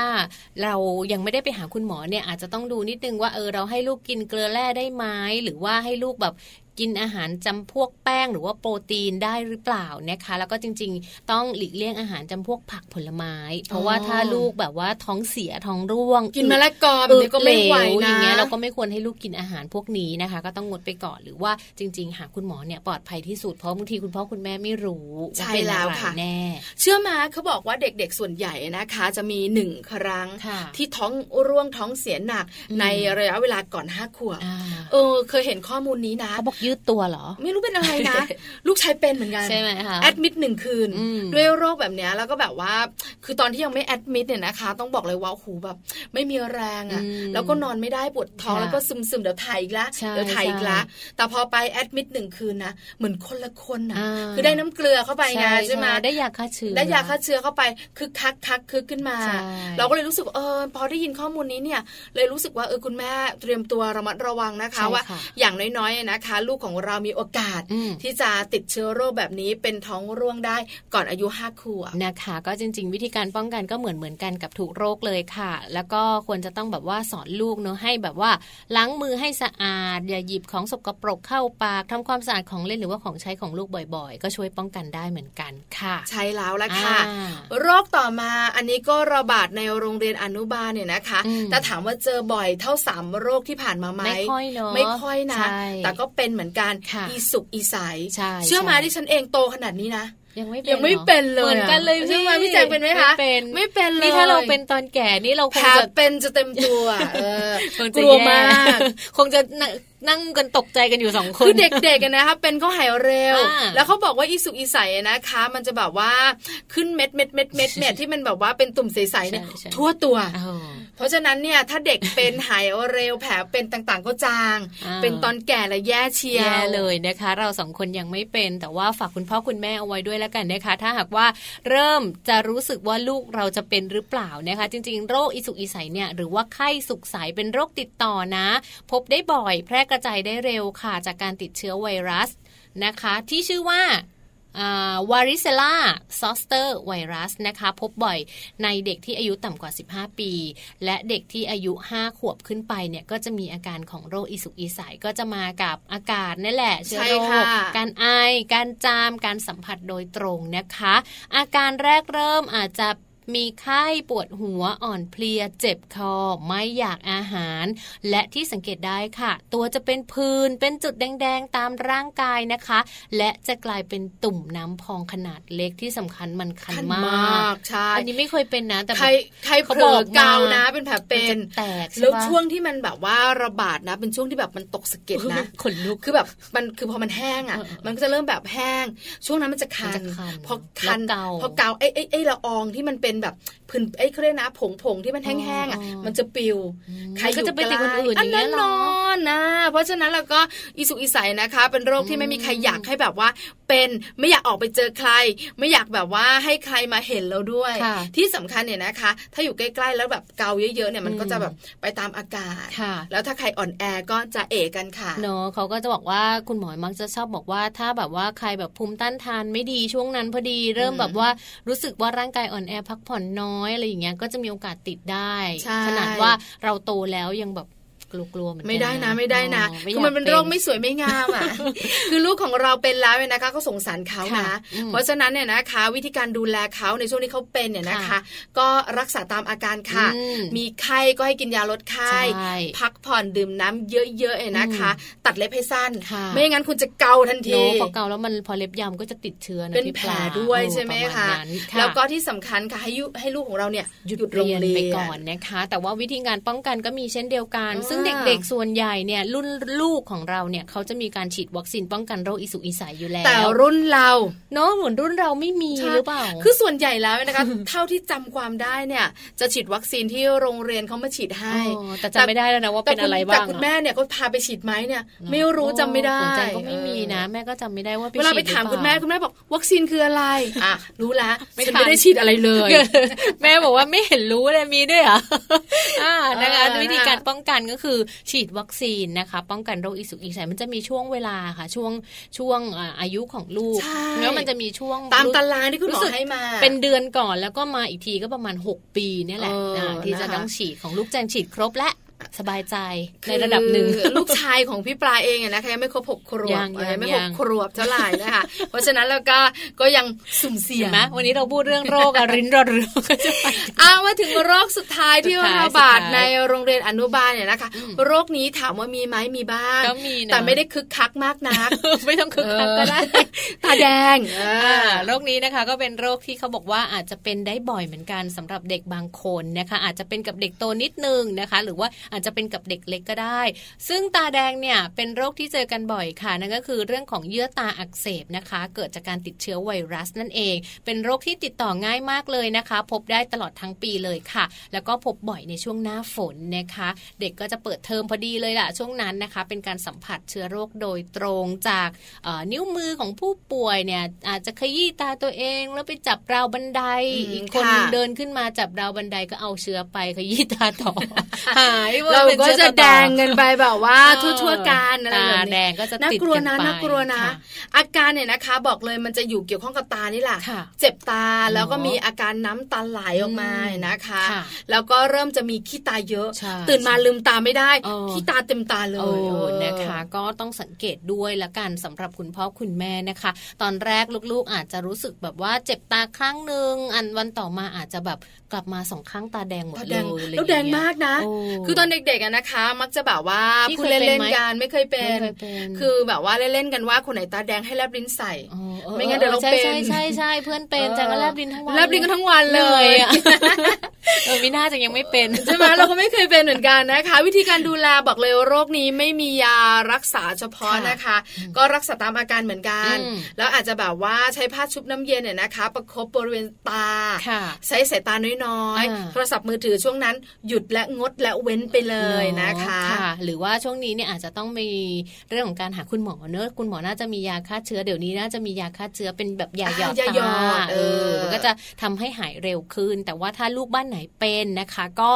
Speaker 3: เรายังไม่ได้ไปหาคุณหมอเนี่ยอาจจะต้องดูนิดนึงว่าเออเราให้ลูกกินเกลือแร่ได้ไหมหรือว่าให้ลูกแบบ กินอาหารจำพวกแป้งหรือว่าโปรตีนได้หรือเปล่านะคะ แล้วก็จริงๆ ต้องหลีกเลี่ยงอาหารจำพวกผักผลไม้ เพราะว่าถ้าลูกแบบว่าท้องเสียท้องร่วง
Speaker 4: กินมะละกอแบบนี้ก็ไม่ไหว
Speaker 3: อึด
Speaker 4: นะ
Speaker 3: เอย่างเงี้ยเราก็ไม่ควรให้ลูกกินอาหารพวกนี้นะคะ ก็ต้องงดไปก่อนหรือว่าจริง ๆ หาคุณหมอเนี่ยปลอดภัยที่สุดเพราะบางทีคุณพ่อคุณแม่ไม่รู้
Speaker 4: ใช่
Speaker 3: าเป็นอไร
Speaker 4: แล้วค่ะ
Speaker 3: แน่
Speaker 4: เชื่อมาเขาบอกว่าเด็กๆส่วนใหญ่นะคะ จะมีหนึ่งครั้ง
Speaker 3: ค่ะ
Speaker 4: ที่ท้องร่วงท้องเสียหนัก
Speaker 3: อืม
Speaker 4: ในระยะเวลาก่อนห้าขวบ
Speaker 3: อ่า
Speaker 4: เออ เคยเห็นข้อมูลนี้นะ
Speaker 3: เขาบอกยืดตัวเหรอ
Speaker 4: ไม่รู้เป็นอะไร นะ ลูกชายเป็นเหมือนกัน
Speaker 3: ใช่ไหมคะ
Speaker 4: แอดมิดหนึ่งคืน
Speaker 3: อืม
Speaker 4: ด้วยโรคแบบเนี้ยแล้วก็แบบว่า คือตอนที่ยังไม่แอดมิดเนี่ยนะคะ ต้องบอกเลยว่าโอ้โหูแบบ ไม่มีแรงอะ่ะ
Speaker 3: อืม
Speaker 4: แล้วก็นอนไม่ได้ปวดท้อง
Speaker 3: ค่ะ
Speaker 4: แล้วก็ซึมๆเดี๋ยวถ่ายอีกละ
Speaker 3: ใช่
Speaker 4: เดี๋ยวถ่ายอีกละ
Speaker 3: ใช่
Speaker 4: แต่พอไปแอดมิดหนึ่งคืนนะเหมือนคนละคนนะ
Speaker 3: อ่า
Speaker 4: คือได้น้ำเกลือเข้าไปไงใช่ไหม
Speaker 3: ได้ยาฆ่าเชื้อ
Speaker 4: ได้ยาฆ่าเชื้อเข้าไปคึกคักคักคึกขึ้นมา
Speaker 3: ใช่
Speaker 4: เราก็เลยรู้สึกว่าเออพอได้ยินข้อมูลนี้เนี่ย เลยรู้สึกว่าเออคุณแม่เตรียมตัวระมัดระวังนะคะ
Speaker 3: ใช่ค่ะ
Speaker 4: ว่า อย่างน้อยๆนะคะ ลูกของเรามีโอกาส
Speaker 3: อืม
Speaker 4: ที่จะติดเชื้อโรคแบบนี้เป็นท้องร่วงได้ก่อนอายุห้าขวบ
Speaker 3: นะคะก็จริง ๆ วิธีการป้องกันก็เหมือนเหมือนกันกับทุกโรคเลยค่ะ แล้วก็ควรจะต้องแบบว่าสอนลูกเนอะให้แบบว่าล้างมือให้สะอาด อย่าหยิบของสกปรกเข้าปากทำความสะอาดของเล่นหรือว่าของใช้ของลูกบ่อยๆ ก็ช่วยป้องกันได้เหมือนกันค่ะ
Speaker 4: ใช่แล้วละค่ะ
Speaker 3: อ่า
Speaker 4: โรคต่อมาอันนี้ก็ระบาดในโรงเรียนอนุบาลเนี่ยนะคะ
Speaker 3: อืม
Speaker 4: แต่ถามว่าเจอบ่อยเท่าสามโรคที่ผ่านมาไหม
Speaker 3: ไม่ค่อยเนอะ
Speaker 4: ไม่ค่อยนะ
Speaker 3: ใช่
Speaker 4: แต่ก็เป็นเหมือนกัน
Speaker 3: ค่ะ
Speaker 4: อีสุกอีใส
Speaker 3: ใช่
Speaker 4: เชื่อไหมา
Speaker 3: ใ
Speaker 4: ที่ฉันเองโตขนาดนี้นะ
Speaker 3: ยังไม่
Speaker 4: ยังไม่
Speaker 3: หรอ
Speaker 4: เป็นเลย
Speaker 3: เหมือนกันเลย
Speaker 4: ใช่ไหมพี่แจงเป็นไหมคะ
Speaker 3: ไม่เป็น
Speaker 4: ไม่เป็นเลย
Speaker 3: นี่ถ้าเราเป็นตอนแก่นี่เราคง
Speaker 4: แผล
Speaker 3: จะ
Speaker 4: เป็นจะเต็มตัวเออ
Speaker 3: คง
Speaker 4: ก
Speaker 3: จะ
Speaker 4: ลัว
Speaker 3: แย่
Speaker 4: มาก
Speaker 3: คงจะนั่งนั่งกันตกใจกันอยู่สองคน
Speaker 4: คือเด็กๆอะนะคะเป็นก็หายเร็ว
Speaker 3: อ่า
Speaker 4: แล้วเขาบอกว่าอีสุกอีใสอะนะคะ มันจะแบบว่าขึ้นเม็ดเม็ดเม็ดเม็ดเม็ด ที่มันแบบว่าเป็นตุ่มใสๆเนี่ย
Speaker 3: ใช่ใช่
Speaker 4: ทั่วตัว
Speaker 3: อ้าว
Speaker 4: เพราะฉะนั้นเนี่ยถ้าเด็กเป็นหายเร็วแผลเป็นต่างๆก็จาง
Speaker 3: อ่า
Speaker 4: เป็นตอนแก่และแย่เชียว
Speaker 3: แย่เลยนะคะ เราสองคนยังไม่เป็นแต่ว่าฝากคุณพ่อคุณแม่เอาไว้ด้วยแล้วกันนะคะ ถ้าหากว่าเริ่มจะรู้สึกว่าลูกเราจะเป็นหรือเปล่านะคะ จริง ๆ โรคอีสุกอีใสเนี่ยหรือว่าไข้สุกใสเป็นโรคติดต่อนะ พบได้บ่อย แพร่กระจายได้เร็วค่ะ จากการติดเชื้อไวรัสนะคะ ที่ชื่อว่าวาริเซล่าซอสเตอร์ไวรัสนะคะ พบบ่อยในเด็กที่อายุต่ำกว่า 15 ปี และเด็กที่อายุ 5 ขวบขึ้นไปเนี่ยก็จะมีอาการของโรคอีสุกอีใสก็จะมากับอากาศนั่นแหละเชื้อโร
Speaker 4: ใช่ค่ะ
Speaker 3: คการไอ การจาม การสัมผัสโดยตรงนะคะ อาการแรกเริ่มอาจจะมีไข้ปวดหัวอ่อนเพลีย เจ็บคอ ไม่อยากอาหาร และที่สังเกตได้ค่ะ ตัวจะเป็นพื้นเป็นจุดแดงๆ ตามร่างกายนะคะ และจะกลายเป็นตุ่มน้ำพองขนาดเล็กที่สำคัญมันคัน
Speaker 4: คัน
Speaker 3: มาม
Speaker 4: าก กใช่
Speaker 3: อันนี้ไม่เคยเป็นนะแต่
Speaker 4: ใครใครเผ
Speaker 3: เขา
Speaker 4: ล
Speaker 3: บอ
Speaker 4: อกเกา
Speaker 3: มา
Speaker 4: นะ เป็นแผลเป็น
Speaker 3: มัจะแตกใช่
Speaker 4: แล้ว
Speaker 3: ปะ
Speaker 4: ช่วงที่มันแบบว่าระบาดนะ เป็นช่วงที่แบบมันตกสะเก็ด นะ
Speaker 3: ขนลุก
Speaker 4: คือแบบมันคือพอมันแห้งอ่ะ
Speaker 3: เออเออ
Speaker 4: มันก็จะเริ่มแบบแห้ง ช่วงนั้นมันจะคั
Speaker 3: มัน
Speaker 4: น
Speaker 3: จะคัน
Speaker 4: พอคัน
Speaker 3: แล้วเกา
Speaker 4: พอเกาไอ้ไอ้ไอ้ละอองที่มันเป็นแบบพื้นไอ้เขาเรียกนะผงผงที่มันแห้งๆอ่ะ
Speaker 3: อ๋อ
Speaker 4: มันจะปิว
Speaker 3: อืม
Speaker 4: ใครอยู่
Speaker 3: มันก็จะไปติดคนอื่น
Speaker 4: ใกล้อั
Speaker 3: อย่า
Speaker 4: น
Speaker 3: งเงี้
Speaker 4: แน่
Speaker 3: ยเห
Speaker 4: น
Speaker 3: รอ
Speaker 4: อนนะ เพราะฉะนั้นเราก็อีสุกอีใสนะคะ เป็นโรคที่ไม่มีใครอยากให้แบบว่า เป็นไม่อยากออกไปเจอใคร ไม่อยากแบบว่าให้ใครมาเห็นเราด้วย
Speaker 3: ค่ะ
Speaker 4: ที่สำคัญเนี่ยนะคะ ถ้าอยู่ใกล้ๆแล้วแบบเกาเยอะๆเนี่ยมันก็จะแบบไปตามอากาศ
Speaker 3: ค่ะ
Speaker 4: แล้วถ้าใครอ่อนแอก็จะเอะกันค่ะ
Speaker 3: เนอะเขาก็จะบอกว่าคุณหมอมักจะชอบบอกว่า ถ้าแบบว่าใครแบบภูมิต้านทานไม่ดีช่วงนั้นพอดี เริ่ม
Speaker 4: อืม
Speaker 3: แบบว่ารู้สึกว่าร่างกายอ่อนแอพักผ่อนน้อยอะไรอย่างเงี้ยก็จะมีโอกาสติดได้
Speaker 4: ใช่
Speaker 3: ขนาดว่าเราโตแล้วยังแบบกลัวๆเหมือนกั
Speaker 4: ไม่ได้นะไม่ได้นะ
Speaker 3: อ๋อ
Speaker 4: คื
Speaker 3: ไยา
Speaker 4: อก มันเป็นโรคไม่สวยไม่งาม อ่ะ คือลูกของเราเป็นแล้วเนี่ยนะคะก็สงสารเขานะ
Speaker 3: ค่ะอืม
Speaker 4: เพราะฉะนั้นเนี่ยนะคะ วิธีการดูแลเขาในช่วงที่เขาเป็นเนี่ยนะคะ
Speaker 3: ค่ะ
Speaker 4: ก็รักษาตามอาการค่ะ
Speaker 3: อืม
Speaker 4: มีไข้ก็ให้กินยาลดไข้
Speaker 3: ใช่
Speaker 4: พักผ่อนดื่มน้ำเยอะๆเนี่ยนะคะ ตัดเล็บให้สั้น
Speaker 3: ค่ะ
Speaker 4: ไม่อย่างนั้นคุณจะเกาทัน
Speaker 3: เน
Speaker 4: ที
Speaker 3: อะพอเกาแล้วมันพอเล็บยำก็จะติดเชื้อนะ
Speaker 4: เป็น
Speaker 3: พี่
Speaker 4: แผ
Speaker 3: ป
Speaker 4: ล
Speaker 3: ลา
Speaker 4: ด้วย
Speaker 3: เออ
Speaker 4: ใช่ไหม
Speaker 3: ประาณ
Speaker 4: คะ
Speaker 3: นั้น
Speaker 4: แล้วก็ที่สำคัญค่ะให้ยุให้ลูกของเราเนี่ย
Speaker 3: หยุดเรียนไปก่อนนะคะ แต่ว่าวิธีการป้องกันก็มีเช่นเดียวกัน
Speaker 4: อ่า
Speaker 3: ซึ่งเด็กๆส่วนใหญ่เนี่ยรุ่นลูกของเราเนี่ยเขาจะมีการฉีดวัคซีนป้องกันโรคอีสุกอีใสอยู่แล้ว
Speaker 4: แต่รุ่นเรา
Speaker 3: เนาะเหมือนรุ่นเราไม่มี
Speaker 4: ใช่
Speaker 3: หรือเปล่า
Speaker 4: คือส่วนใหญ่แล้ว นะคะ เท่าที่จำความได้เนี่ย จะฉีดวัคซีนที่โรงเรียนเขามาฉีดให้
Speaker 3: อ๋อแต่จำไม่ได้แล้วนะว่าเป็น
Speaker 4: แต่คุณ
Speaker 3: อะไรบ้าง
Speaker 4: แต่
Speaker 3: อะ
Speaker 4: คุณแม่เนี่ยก็พาไปฉีดไหมเนี่ย ไม่รู้
Speaker 3: โอ้
Speaker 4: จำไม่ได้
Speaker 3: ผมจำก็ไม่มีนะ แม่ก็จำไม่ได้ว่า
Speaker 4: เออเวลาไป
Speaker 3: ฉีดหรือ
Speaker 4: ถามคุณแม่
Speaker 3: เป
Speaker 4: คุ
Speaker 3: ล่
Speaker 4: ณแม่บอกวัคซีนคืออะไร อ่ะรู้ละ
Speaker 3: ไม่
Speaker 4: ฉัน
Speaker 3: ทัน
Speaker 4: ไม่ได้ฉีดอะไรเลย
Speaker 3: แม่บอกว่าไม่เห็นรู้เลยมีด้วย เหรออ่านะคะ
Speaker 4: เออ
Speaker 3: วิธีการป้องกันก็คือฉีดวัคซีนนะคะ ป้องกันโรคอีสุกอีใสมันจะมีช่วงเวลาค่ะ ช่วงช่วงอ่าอายุของลูก
Speaker 4: ใช่
Speaker 3: แล้วมันจะมีช่วง
Speaker 4: ตามตารางที่คุณหมอ
Speaker 3: รู้สึก
Speaker 4: ให้มา
Speaker 3: เป็นเดือนก่อนแล้วก็มาอีกทีก็ประมาณ 6 ปีเนี่ยแหละ
Speaker 4: เออ
Speaker 3: นะที่จะ
Speaker 4: นะคะ
Speaker 3: ต้องฉีดของลูกแจงฉีดครบแล้ว สบายใจใน
Speaker 4: คือ
Speaker 3: ระดับหนึ่ง
Speaker 4: ลูกชายของพี่ปลาเองอะนะคะยังไม่ครบหกครวบ
Speaker 3: ยังยัง
Speaker 4: เออไม่
Speaker 3: ยั
Speaker 4: ห
Speaker 3: ง
Speaker 4: กครวบเท่าไหร่นะคะ เพราะฉะนั้นแล้วก็ก็ยังสุ่มเสี่ย
Speaker 3: เห็
Speaker 4: ง
Speaker 3: นไหมวันนี้เราพูดเรื่องโรคอะริ้น รอเรือก็จะไป
Speaker 4: อ้าวมาถึงโรคสุดท้ายที่
Speaker 3: สุดท้าย
Speaker 4: ระบาด
Speaker 3: สุดท้าย
Speaker 4: ในโรงเรียนอนุบาลเนี่ยนะคะ
Speaker 3: อืม
Speaker 4: โรคนี้ถามว่ามีไหมมีบ้าง
Speaker 3: ก็มีนะ
Speaker 4: แต่ไม่ได้คึกคักมากนัก
Speaker 3: ไม่ต้อง คึกคักก็ได้
Speaker 4: เออ ตาแดงเออ
Speaker 3: อ่า
Speaker 4: อ
Speaker 3: โรคนี้นะคะก็เป็นโรคที่เขาบอกว่าอาจจะเป็นได้บ่อยเหมือนกันสำหรับเด็กบางคนนะคะ อาจจะเป็นกับเด็กโตนิดนึงนะคะ หรือว่าอาจจะเป็นกับเด็กเล็กก็ได้ ซึ่งตาแดงเนี่ยเป็นโรคที่เจอกันบ่อยค่ะนั่นก็คือเรื่องของเยื่อตาอักเสบนะคะ เกิดจากการติดเชื้อไวรัสนั่นเอง เป็นโรคที่ติดต่อง่ายมากเลยนะคะ พบได้ตลอดทั้งปีเลยค่ะ แล้วก็พบบ่อยในช่วงหน้าฝนนะคะ เด็กก็จะเปิดเทอมพอดีเลยล่ะช่วงนั้นนะคะ เป็นการสัมผัสเชื้อโรคโดยตรงจาก เอ่อนิ้วมือของผู้ป่วยเนี่ยอาจจะขยี้ตาตัวเองแล้วไปจับราวบันได
Speaker 4: อืม
Speaker 3: อีกคนหนึ่ง
Speaker 4: ค่ะ
Speaker 3: เดินขึ้นมาจับราวบันไดก็เอาเชื้อไปขยี้ตาต่อ หายว่
Speaker 4: เรา
Speaker 3: ป็น
Speaker 4: ก็
Speaker 3: ชื้อ
Speaker 4: จะ
Speaker 3: ตาต่อ
Speaker 4: แดงกันไปแบบว่า
Speaker 3: เออ
Speaker 4: ทั่วๆกันอะไร
Speaker 3: ตา
Speaker 4: แบบ
Speaker 3: แด
Speaker 4: นี้
Speaker 3: งก็จะ
Speaker 4: น่า
Speaker 3: ติด
Speaker 4: กลัวนะ
Speaker 3: ไป
Speaker 4: น่ากลัวนะ
Speaker 3: ค่
Speaker 4: อาการเนี่ยนะคะ บอกเลยมันจะอยู่เกี่ยวข้องกับตานี่แหละ
Speaker 3: ค่ะ
Speaker 4: เจ็บตาแล้วก็
Speaker 3: อ๋อ
Speaker 4: มีอาการน้ำตาไหลออกมา
Speaker 3: อืม
Speaker 4: นะคะ
Speaker 3: ค่ะ
Speaker 4: แล้วก็เริ่มจะมีขี้ตาเยอะ
Speaker 3: ใช่
Speaker 4: ตื่นมาลืมตาไม่ได้
Speaker 3: เออ
Speaker 4: ขี้ตาเต็มตาเลย
Speaker 3: โอ้
Speaker 4: เออ
Speaker 3: นะคะก็ต้องสังเกตด้วยละกันสำหรับคุณพ่อคุณแม่นะคะ ตอนแรกลูกๆอาจจะรู้สึกแบบว่าเจ็บตาครั้งหนึ่งอันวันต่อมาอาจจะแบบกลับมาสองข้างตาแดงหมด
Speaker 4: ตา
Speaker 3: เลย
Speaker 4: แดง
Speaker 3: อะไรอย่
Speaker 4: แล้ว
Speaker 3: ย
Speaker 4: แดงมากนะ
Speaker 3: โ
Speaker 4: คือตอนเด็กๆอะนะคะ มักจะแบบว่า
Speaker 3: พี่
Speaker 4: พู
Speaker 3: เค
Speaker 4: ด
Speaker 3: ยเป็น
Speaker 4: เล่น
Speaker 3: ไหม
Speaker 4: ๆกันไม่เคยเป็น
Speaker 3: ไม่ยเป็น
Speaker 4: คือแบบว่าเล่นๆกันว่าคนไหนตาแดงให้แลบลิ้นใส่
Speaker 3: เออออ
Speaker 4: ไม่งั้นเดี๋ยวเราเป็น
Speaker 3: ใช่ใช่ใช่ใช่เพื่อนเป็นจากแลบลิ้นทั้งวัน
Speaker 4: แลบลิ้นกันทั้งวันเลย
Speaker 3: อะเออมีหน้าจะยังไม่เป็น
Speaker 4: ใช่ไหมเราก็ไม่เคยเป็นเหมือนกันนะคะ วิธีการดูแลบอกเลยโรคนี้ไม่มียารักษาเฉพาะนะคะ ก็รักษาตามอาการเหมือนกัน
Speaker 3: อืม
Speaker 4: แล้วอาจจะแบบว่าใช้ผ้าชุบน้ำเย็นเนี่ยนะคะ ประคบบริเวณตา
Speaker 3: ค่ะ
Speaker 4: ใช้สายตาน้อย
Speaker 3: อ่า
Speaker 4: ๆ โทรศัพท์มือถือช่วงนั้น หยุดและงดและเว้นไปเลยนะคะ
Speaker 3: ค่ะ หรือว่าช่วงนี้เนี่ยอาจจะต้องมีเรื่องของการหาคุณหมอเนอะคุณหมอน่าจะมียาฆ่าเชื้อเดี๋ยวนี้น่าจะมียาฆ่าเชื้อเป็นแบบยาหยอด
Speaker 4: อ่ายาหยอ
Speaker 3: ตา
Speaker 4: ดเอ
Speaker 3: เอ
Speaker 4: อ
Speaker 3: อมันก็จะทำให้หายเร็วขึ้น แต่ว่าถ้าลูกบ้านไหนเป็นนะคะ ก็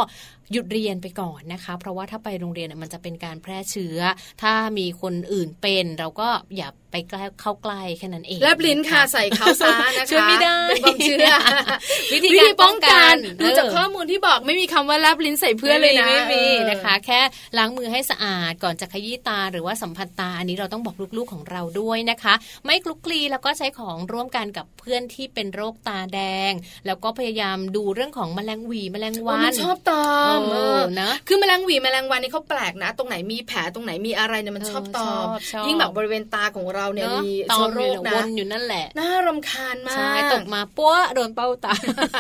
Speaker 3: หยุดเรียนไปก่อนนะคะ เพราะว่าถ้าไปโรงเรียนเนี่ยมันจะเป็นการแพร่เชื้อ ถ้ามีคนอื่นเป็น เราก็อย่าไปใกล้เข้าใกล้แค่นั้นเอง
Speaker 4: แลบลิ้นค่ะ
Speaker 3: น
Speaker 4: ใส่เขาซะนะคะ
Speaker 3: ช่วยไม่ได้
Speaker 4: เป็นความเชื่ อ
Speaker 3: วิธีการป้องกัน
Speaker 4: ดูจาก
Speaker 3: เออ
Speaker 4: ข้อมูลที่บอกไม่มีคำว่าแลบลิ้นใส่เพื่อนเลยนะ
Speaker 3: ไม่มีไม่มีนะคะ แค่ล้างมือให้สะอาดก่อนจะขยี้ตาหรือว่าสัมผัสตาอันนี้เราต้องบอกลูกๆของเราด้วยนะคะ ไม่คลุกคลีแล้วก็ใช้ของร่วมกันกับเพื่อนที่เป็นโรคตาแดง แล้วก็พยายามดูเรื่องของแมลงหวีแมลงวั
Speaker 4: โอ้มัน ชอบตอม
Speaker 3: เออ
Speaker 4: เออ
Speaker 3: นะ
Speaker 4: คือแมลงหวีแมลงวันนี่เขาแปลกนะ ตรงไหนมีแผลตรงไหนมีอะไรเนี่ยมัน
Speaker 3: เออ
Speaker 4: ชอบตอ
Speaker 3: ช
Speaker 4: ม
Speaker 3: อบชอบ
Speaker 4: ยิ่งแบบบริเวณตาของเราเนี่ย
Speaker 3: เนอะ
Speaker 4: มี
Speaker 3: ตอ
Speaker 4: เชื้
Speaker 3: ม
Speaker 4: อโร
Speaker 3: อยู่
Speaker 4: ค
Speaker 3: เนี่ย
Speaker 4: นะ
Speaker 3: วนอยู่นั่นแหละ
Speaker 4: น่ารำคาญมาก
Speaker 3: ใช่ตกมาปั้วโดนเป้าตา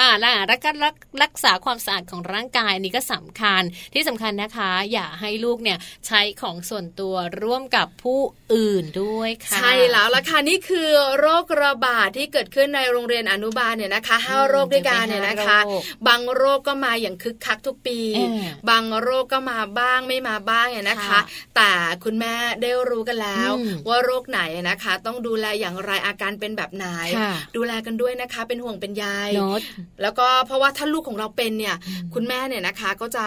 Speaker 3: อ่านะรักกันรักรักษาความสะอาดของร่างกายอันนี้ก็สำคัญที่สำคัญนะคะ อย่าให้ลูกเนี่ยใช้ของส่วนตัวร่วมกับผู้อื่นด้วยค่ะ
Speaker 4: ใช่แล้วล่ะค่ะนี่คือโรคระบาดที่เกิดขึ้นในโรงเรียนอนุบาลเนี่ยนะคะห้า
Speaker 3: อืม
Speaker 4: โรคด้วยกันเนี่ยนะคะ
Speaker 3: จะมีห้าโรค
Speaker 4: บางโรคก็มาอย่างคึกคักทุกปี
Speaker 3: เออบ
Speaker 4: างโรคก็มาบ้างไม่มาบ้างเนี่ยนะคะ
Speaker 3: ค่ะ
Speaker 4: แต่คุณแม่ได้รู้กันแล้ว
Speaker 3: อืม
Speaker 4: ว่าโรคไหนนะคะ ต้องดูแลอย่างไรอาการเป็นแบบไหน
Speaker 3: ค่ะ
Speaker 4: ดูแลกันด้วยนะคะ เป็นห่วงเป็นใย
Speaker 3: โน้ต
Speaker 4: แล้วก็เพราะว่าถ้าลูกของเราเป็นเนี่ย คุณแม่เนี่ยนะคะก็จะ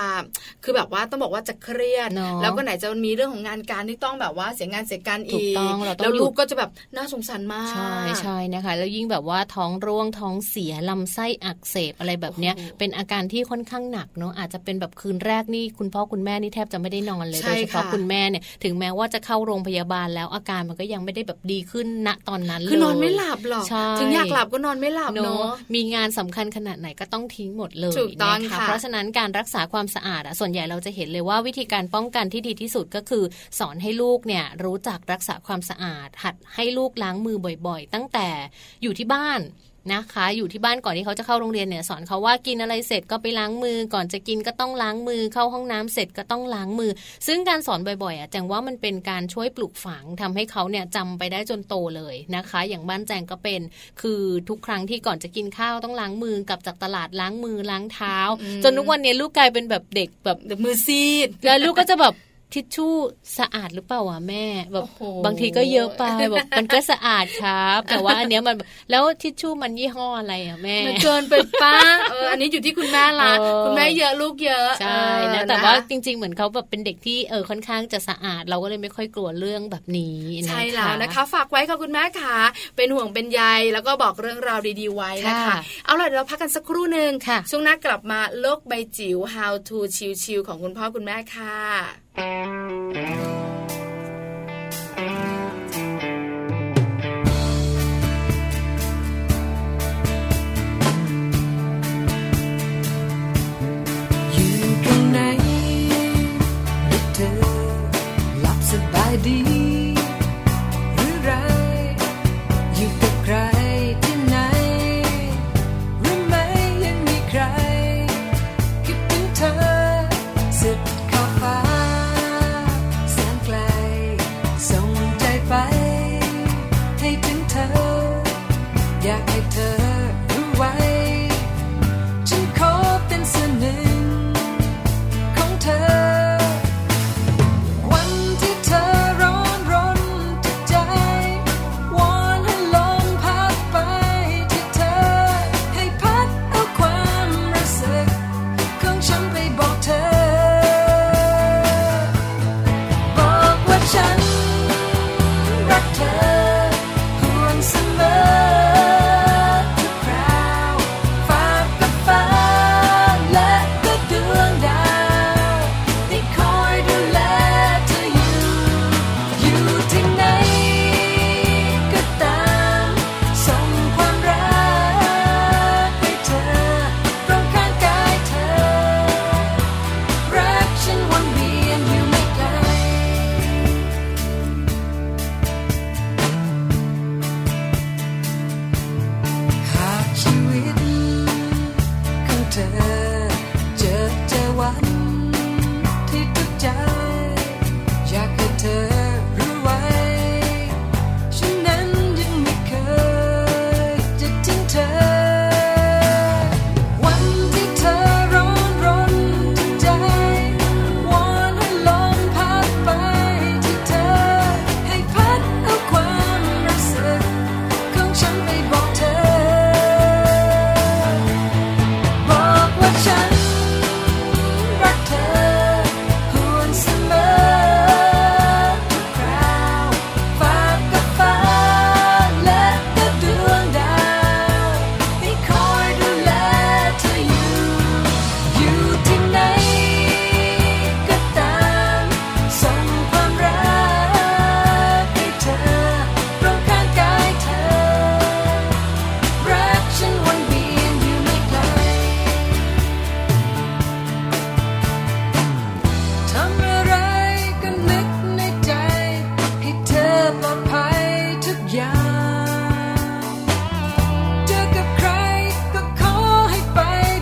Speaker 4: คือแบบว่าต้องบอกว่าจะเครียด
Speaker 3: เนอะ
Speaker 4: แล้วก็ไหนจะมีเรื่องของงานการที่ต้องแบบว่าเสียงานเสียการ
Speaker 3: ถูก
Speaker 4: อีก
Speaker 3: ต้องเราต้อง
Speaker 4: แล้ว
Speaker 3: หยุด
Speaker 4: ลูกก็จะแบบน่าสงสารมาก
Speaker 3: ใช่ใช่นะคะ แล้วยิ่งแบบว่าท้องร่วงท้องเสีย ลำไส้อักเสบอะไรแบบเนี้ย
Speaker 4: โอ้โห
Speaker 3: เป็นอาการที่ค่อนข้างหนักเนาะอาจจะเป็นแบบคืนแรกนี่คุณพ่อคุณแม่นี่แทบจะไม่ได้นอนเลย
Speaker 4: ใช่
Speaker 3: โดยเฉพาะ
Speaker 4: ค่ะ
Speaker 3: คุณแม่เนี่ยถึงแม้ว่าจะเข้าโรงพยาบาลแล้วอาการมันก็ยังไม่ได้แบบดีขึ้นณตอนนั้นเลย
Speaker 4: คือนอนไม่หลับหรอก
Speaker 3: ใช่
Speaker 4: ถึงอยากหลับก็นอนไม่หลับ
Speaker 3: เนอะ
Speaker 4: เนาะ
Speaker 3: มีงานสำคัญขนาดไหนก็ต้องทิ้งหมดเลย
Speaker 4: ถูกต้อง
Speaker 3: นะคะ
Speaker 4: ค่ะ
Speaker 3: เพราะฉะนั้นการรักษาความสะอาดอะส่วนใหญ่เราจะเห็นเลยว่าวิธีการป้องกันที่ดีที่สุดก็คือ สอนให้ลูกเนี่ยรู้จักรักษาความสะอาด หัดให้ลูกล้างมือบ่อยๆ ตั้งแต่อยู่ที่บ้านนะคะ อยู่ที่บ้านก่อนที่เขาจะเข้าโรงเรียนเนี่ยสอนเขาว่ากินอะไรเสร็จก็ไปล้างมือ ก่อนจะกินก็ต้องล้างมือเข้าห้องน้ำเสร็จก็ต้องล้างมือ ซึ่งการสอนบ่อยๆอ่ะแจงว่ามันเป็นการช่วยปลูกฝังทำให้เขาเนี่ยจำไปได้จนโตเลยนะคะ อย่างบ้านแจงก็เป็น คือทุกครั้งที่ก่อนจะกินข้าวต้องล้างมือกลับจากตลาดล้างมือล้างเท้า
Speaker 4: อืม
Speaker 3: จนทุกวันเนี้ลูกกลายเป็นแบบเด็กแบบ
Speaker 4: เดี๋ยวมือซีด
Speaker 3: แล้วลูกก็จะแบบ ทิชชู่สะอาดหรือเปล่าวะแม่แบบ
Speaker 4: โอ้โห
Speaker 3: บางทีก็เยอะไปแบบมันก็สะอาดครับ แต่ว่าอันเนี้ยมันแล้วทิชชู่มันยี่ห้ออะไรอ่ะแม่
Speaker 4: มันเกินไปป้าเอออันนี้อยู่ที่คุณแม่ละ
Speaker 3: เออ
Speaker 4: คุณแม่เยอะลูกเยอะ
Speaker 3: ใช่
Speaker 4: เอ
Speaker 3: นะ
Speaker 4: อ
Speaker 3: แต่ว่า
Speaker 4: ค
Speaker 3: จริง ๆ เหมือนเขาแบบเป็นเด็กที่เออค่อนข้างจะสะอาด เราก็เลยไม่ค่อยกลัวเรื่องแบบนี้นะคะ
Speaker 4: ใช่แล้วนะคะฝากไว้ค่ะคุณแม่ค่ะเป็นห่วงเป็นใยแล้วก็บอกเรื่องราวดีๆไว้นะคะ
Speaker 3: ค่ะ
Speaker 4: เอาล่ะเดี๋ยวเราพักกันสักครู่หนึ่ง
Speaker 3: ค่ะ
Speaker 4: ช่วงหน้ากลับมาโลกใบจิ๋ว how to ชิวๆของคุณพ่อคุณแม่ค่ะ
Speaker 5: อยู่ตรงไหนหรือเธอหลับสบายดี หรือไร อยู่กับใครที่ไหนหรือไม่ยังมีใคร คิดถึงเธอสุดขอบฟ้าแสนไกล ส่งใจไป ให้ถึงเธอ อยากให้เธอรู้ไว้ ฉันขอเป็นส่วนหนึ่งของเธอ วันที่เธอร้อนรนจิตใจ วอนให้ลมพัดไปที่เธอ ให้พัดเอาความรู้สึกของฉันไปบอกเธอ บอกว่าฉันรักเธอห่วงเสมอทุกคราวฝากกับฟ้าและก็ดวงดาวที่คอยดูแลเธออยู่ อยู่ที่ไหนก็ตามส่งความรักให้เธอตรงข้างกายเธอ รักฉันวนเวียนอยู่ไม่ไกล หากชีวิตของเธอ เจอเจอวันที่ทุกข์ใจ อยากให้เธอรู้ไว้ ฉันนั้นยังไม่เคยจะทิ้งเธอ วันที่เธอร้อนรนจิตใจ วอนให้ลมพัดไปที่เธอ ให้พัดเอาความรู้สึก ของฉันไปบอกเธอ บอกว่าฉันรักเธอห่วงเสมอทุกคราวฝากกับฟ้าและกับดวงดาวที่คอยดูแลเธออยู่ อยู่ที่ไหนก็ตามส่งความรักให้เธอตรงข้างกายเธอ รักฉันวนเวียนอยู่ไม่ไกล ทำอะไรก็นึกในใจ ให้เธอปลอดภัยทุกอย่าง เจอกับใครก็ขอให้ไป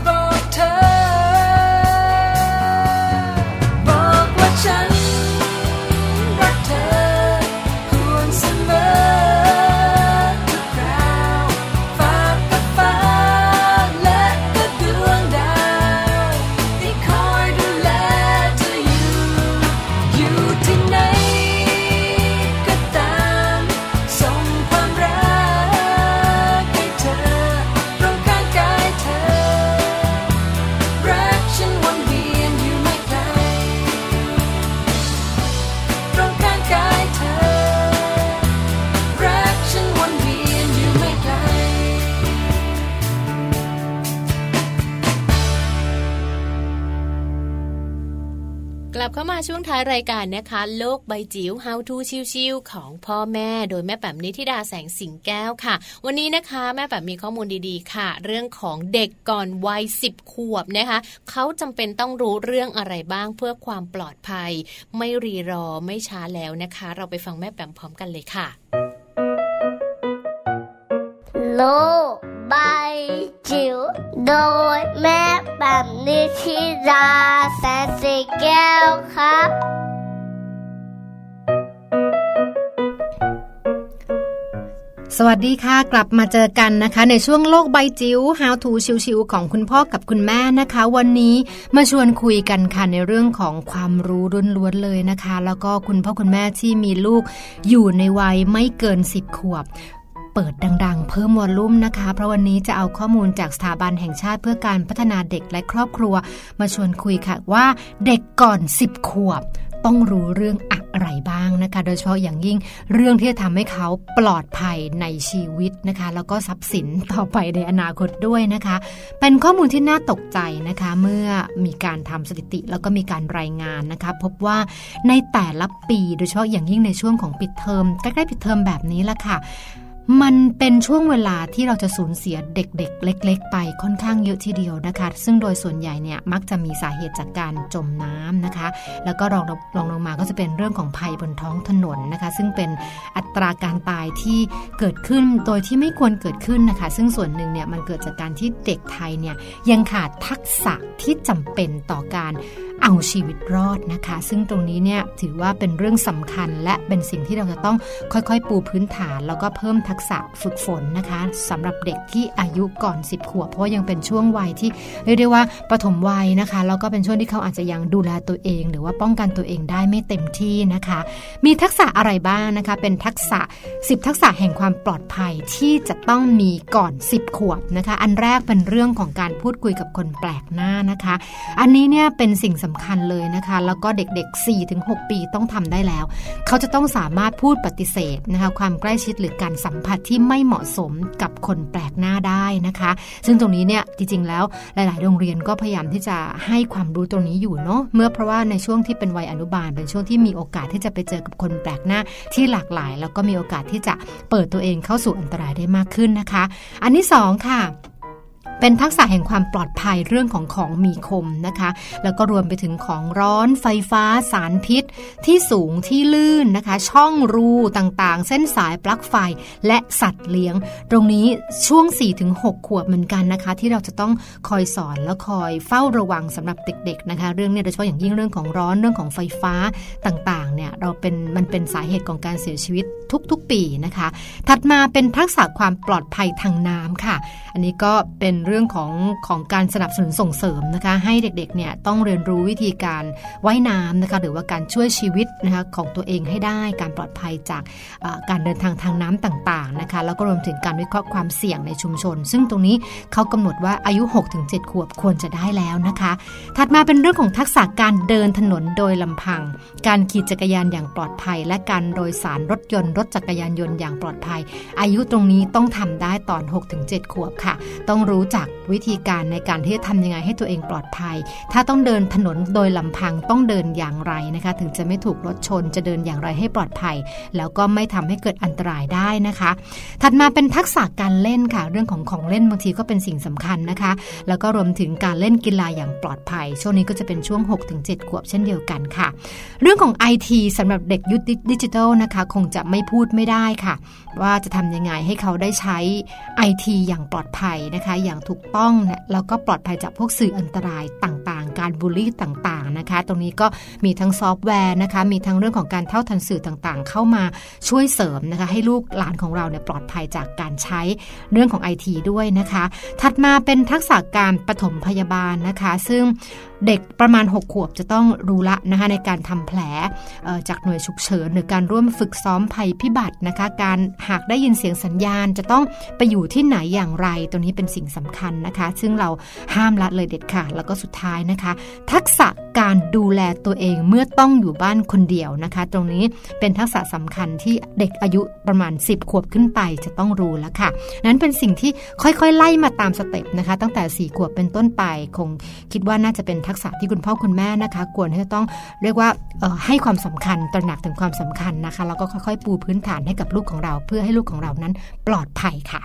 Speaker 5: บอกเธอ บอกว่าฉันรักเธอห่วงเสมอทุกคราวฝากกับฟ้าและก็ดวงดาวที่คอยดูแลเธออยู่ อยู่ที่ไหนก็ตามส่งความรักให้เธอตรงข้างกายเธอ รักฉันวนเวียนอยู่ไม่ไกล ตรงข้างกายเธอ รักฉันวนเวียนอยู่ไม่ไกล
Speaker 3: กลับเข้ามาช่วงท้ายรายการนะคะ โลกใบจิ๋ว How to ชิวๆของพ่อแม่ โดยแม่แปมนิธิดาแสงสิงแก้วค่ะ วันนี้นะคะแม่แปมมีข้อมูลดีๆค่ะ เรื่องของเด็กก่อนวัย 10 ขวบนะคะ เขาจำเป็นต้องรู้เรื่องอะไรบ้างเพื่อความปลอดภัย ไม่รีรอไม่ช้าแล้วนะคะ เราไปฟังแม่แปมพร้อมกันเลยค่ะ
Speaker 6: lô bay chiều đôi mép bằng đi khi ra sẽ xì keo khắp
Speaker 7: ส สวัสดีค่ะ กลับมาเจอกันนะคะ ในช่วงโลกใบจิ๋ว How to ชิวๆของคุณพ่อกับคุณแม่นะคะ วันนี้มาชวนคุยกันค่ะในเรื่องของความรู้ล้วนๆเลยนะคะ แล้วก็คุณพ่อคุณแม่ที่มีลูกอยู่ในวัยไม่เกิน 10 ขวบ เปิดดังๆ เพิ่มวอลลุ่มนะคะ เพราะวันนี้จะเอาข้อมูลจากสถาบันแห่งชาติเพื่อการพัฒนาเด็กและครอบครัว มาชวนคุยค่ะว่าเด็กก่อน 10 ขวบ ต้องรู้เรื่องอะไรบ้างนะคะ โดยเฉพาะอย่างยิ่งเรื่องที่จะทำให้เขาปลอดภัยในชีวิตนะคะ แล้วก็ทรัพย์สินต่อไปในอนาคตด้วยนะคะ เป็นข้อมูลที่น่าตกใจนะคะ เมื่อมีการทำสถิติแล้วก็มีการรายงานนะคะ พบว่าในแต่ละปีโดยเฉพาะอย่างยิ่งในช่วงของปิดเทอมใกล้ๆปิดเทอมแบบนี้ละค่ะ มันเป็นช่วงเวลาที่เราจะสูญเสียเด็กๆ เล็ก ๆ ไปค่อนข้างเยอะทีเดียวนะคะ ซึ่งโดยส่วนใหญ่เนี่ยมักจะมีสาเหตุจากการจมน้ำนะคะ แล้วก็รองลงรองลงมาก็จะเป็นเรื่องของภัยบนท้องถนนนะคะ ซึ่งเป็นอัตราการตายที่เกิดขึ้นโดยที่ไม่ควรเกิดขึ้นนะคะ ซึ่งส่วนหนึ่งเนี่ยมันเกิดจากการที่เด็กไทยเนี่ยยังขาดทักษะที่จำเป็นต่อการเอาชีวิตรอดนะคะ ซึ่งตรงนี้เนี่ยถือว่าเป็นเรื่องสำคัญและเป็นสิ่งที่เราจะต้องค่อยๆ ปูพื้นฐาน แล้วก็เพิ่มทักษะฝึกฝนนะคะสำหรับเด็กที่อายุก่อน 10 ขวบเพราะว่ายังเป็นช่วงวัยที่ เรียกได้ว่าปฐมวัยนะคะแล้วก็เป็นช่วงที่เขาอาจจะยังดูแลตัวเอง หรือว่าป้องกันตัวเองได้ไม่เต็มที่นะคะ มีทักษะอะไรบ้างนะคะ เป็นทักษะ 10 ทักษะแห่งความปลอดภัยที่จะต้องมีก่อน 10 ขวบนะคะ อันแรกเป็นเรื่องของการพูดคุยกับคนแปลกหน้านะคะ อันนี้เนี่ยเป็นสิ่งสำคัญเลยนะคะ แล้วก็เด็กๆ4ถึง6ปีต้องทำได้แล้ว เขาจะต้องสามารถพูดปฏิเสธนะคะความใกล้ชิดหรือการสัมผัสที่ไม่เหมาะสมกับคนแปลกหน้าได้นะคะ ซึ่งตรงนี้เนี่ยจริงๆแล้วหลายๆ โรงเรียนก็พยายามที่จะให้ความรู้ตรงนี้อยู่เนาะเมื่อเพราะว่าในช่วงที่เป็นวัยอนุบาล เป็นช่วงที่มีโอกาสที่จะไปเจอกับคนแปลกหน้าที่หลากหลาย แล้วก็มีโอกาสที่จะเปิดตัวเองเข้าสู่อันตรายได้มากขึ้นนะคะ อันที่สองค่ะ เป็นทักษะแห่งความปลอดภัยเรื่องของของมีคมนะคะ แล้วก็รวมไปถึงของร้อนไฟฟ้าสารพิษ ที่สูงที่ลื่นนะคะ ช่องรูต่างๆ เส้นสายปลั๊กไฟและสัตว์เลี้ยง ตรงนี้ช่วง 4-6 ขวบเหมือนกันนะคะ ที่เราจะต้องคอยสอนและคอยเฝ้าระวังสำหรับเด็กๆนะคะ เรื่องเนี้โดยเฉพาะอย่างยิ่งเรื่องของร้อนเรื่องของไฟฟ้าต่างๆเนี่ยเราเป็นมันเป็นสาเหตุของการเสียชีวิตทุกๆ ปีนะคะ ถัดมาเป็นทักษะความปลอดภัยทางน้ำค่ะ อันนี้ก็เป็นเรื่องของของการสนับสนุนส่งเสริมนะคะ ให้เด็กๆเนี่ยต้องเรียนรู้วิธีการว่ายน้ำนะคะ หรือว่าการช่วยชีวิตนะคะของตัวเองให้ได้การปลอดภัยจากเอ่อการเดินทางทางน้ำต่างๆนะคะ แล้วก็รวมถึงการวิเคราะห์ความเสี่ยงในชุมชน ซึ่งตรงนี้เขากำหนดว่าอายุ 6-7 ขวบควรจะได้แล้วนะคะ ถัดมาเป็นเรื่องของทักษะการเดินถนนโดยลำพัง การขี่จักรยานอย่างปลอดภัย และการโดยสารรถยนต์รถจักรยานยนต์อย่างปลอดภัย อายุตรงนี้ต้องทำได้ตอน 6-7 ขวบค่ะ ต้องรู้จักวิธีการในการที่จะทำยังไงให้ตัวเองปลอดภัย ถ้าต้องเดินถนนโดยลำพังต้องเดินอย่างไรนะคะ ถึงจะไม่ถูกรถชนจะเดินอย่างไรให้ปลอดภัย แล้วก็ไม่ทำให้เกิดอันตรายได้นะคะ ถัดมาเป็นทักษะการเล่นค่ะ เรื่องของของเล่นบางทีก็เป็นสิ่งสำคัญนะคะ แล้วก็รวมถึงการเล่นกีฬาอย่างปลอดภัย ช่วงนี้ก็จะเป็นช่วง 6-7 ขวบเช่นเดียวกันค่ะ เรื่องของ IT สำหรับเด็กยุคดิจิทัลนะคะ คงจะไม่พูดไม่ได้ค่ะ ว่าจะทำยังไงให้เขาได้ใช้ IT อย่างปลอดภัยนะคะ อย่างถูกต้องนะแล้วก็ปลอดภัยจากพวกสื่ออันตรายต่างๆ การบูลลี่ต่างๆนะคะ ตรงนี้ก็มีทั้งซอฟต์แวร์นะคะ มีทั้งเรื่องของการเท่าทันสื่อต่างๆ เข้ามาช่วยเสริมนะคะ ให้ลูกหลานของเราเนี่ยปลอดภัยจากการใช้เรื่องของ IT ด้วยนะคะ ถัดมาเป็นทักษะการปฐมพยาบาลนะคะ ซึ่งเด็กประมาณ 6 ขวบจะต้องรู้ละนะคะในการทำแผล เอ่อจากหน่วยฉุกเฉินหรือการร่วมฝึกซ้อมภัยพิบัตินะคะ การหากได้ยินเสียงสัญญาณจะต้องไปอยู่ที่ไหนอย่างไร ตัวนี้เป็นสิ่งสำคัญนะคะ ซึ่งเราห้ามละเลยเด็ดขาดแล้วก็สุดท้ายนะคะ ทักษะการดูแลตัวเองเมื่อต้องอยู่บ้านคนเดียวนะคะ ตรงนี้เป็นทักษะสำคัญที่เด็กอายุประมาณ 10 ขวบขึ้นไปจะต้องรู้แล้วค่ะ นั้นเป็นสิ่งที่ค่อยๆ ไล่มาตามสเต็ปนะคะ ตั้งแต่ 4 ขวบเป็นต้นไป คงคิดว่าน่าจะเป็นทักษะที่คุณพ่อคุณแม่นะคะ ควรที่จะต้องเรียกว่าเอ่อให้ความสำคัญตระหนักถึงความสำคัญนะคะ แล้วก็ค่อยๆ ปูพื้นฐานให้กับลูกของเรา เพื่อให้ลูกของเรานั้นปลอดภัยค่ะ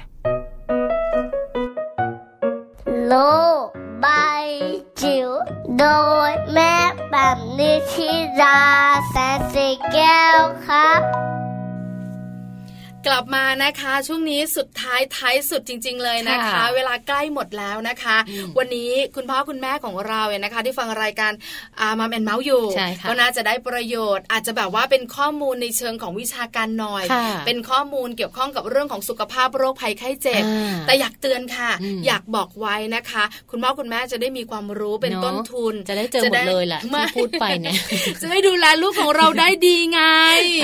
Speaker 6: โลกใบจิ๋วโดยแม่แบบนิชิราแสนสีแก้วครับ
Speaker 4: กลับมานะคะ ช่วงนี้สุดท้ายท้ายสุดจริง ๆ เลยนะคะ
Speaker 3: ค่ะ
Speaker 4: เวลาใกล้หมดแล้วนะคะ
Speaker 3: อืม
Speaker 4: วันนี้คุณพ่อคุณแม่ของเราเนี่ยนะคะ ที่ฟังรายการมัมแอนเมาส์อยู่
Speaker 3: ใช่ค่ะ
Speaker 4: ก็น่าจะได้ประโยชน์ อาจจะแบบว่าเป็นข้อมูลในเชิงของวิชาการหน่อย
Speaker 3: ค่ะ
Speaker 4: เป็นข้อมูลเกี่ยวข้องกับเรื่องของสุขภาพโรคภัยไข้เจ็บ
Speaker 3: อ่า
Speaker 4: แต่อยากเตือนค่ะ
Speaker 3: อืม
Speaker 4: อยากบอกไว้นะคะ คุณพ่อคุณแม่จะได้มีความรู้เป็น
Speaker 3: เนอะ
Speaker 4: ต้นทุน
Speaker 3: จะได้เจอหมดเลยแหละที่พูดไปเนี่ย
Speaker 4: จะได้ดูแลลูกของเราได้ดีไง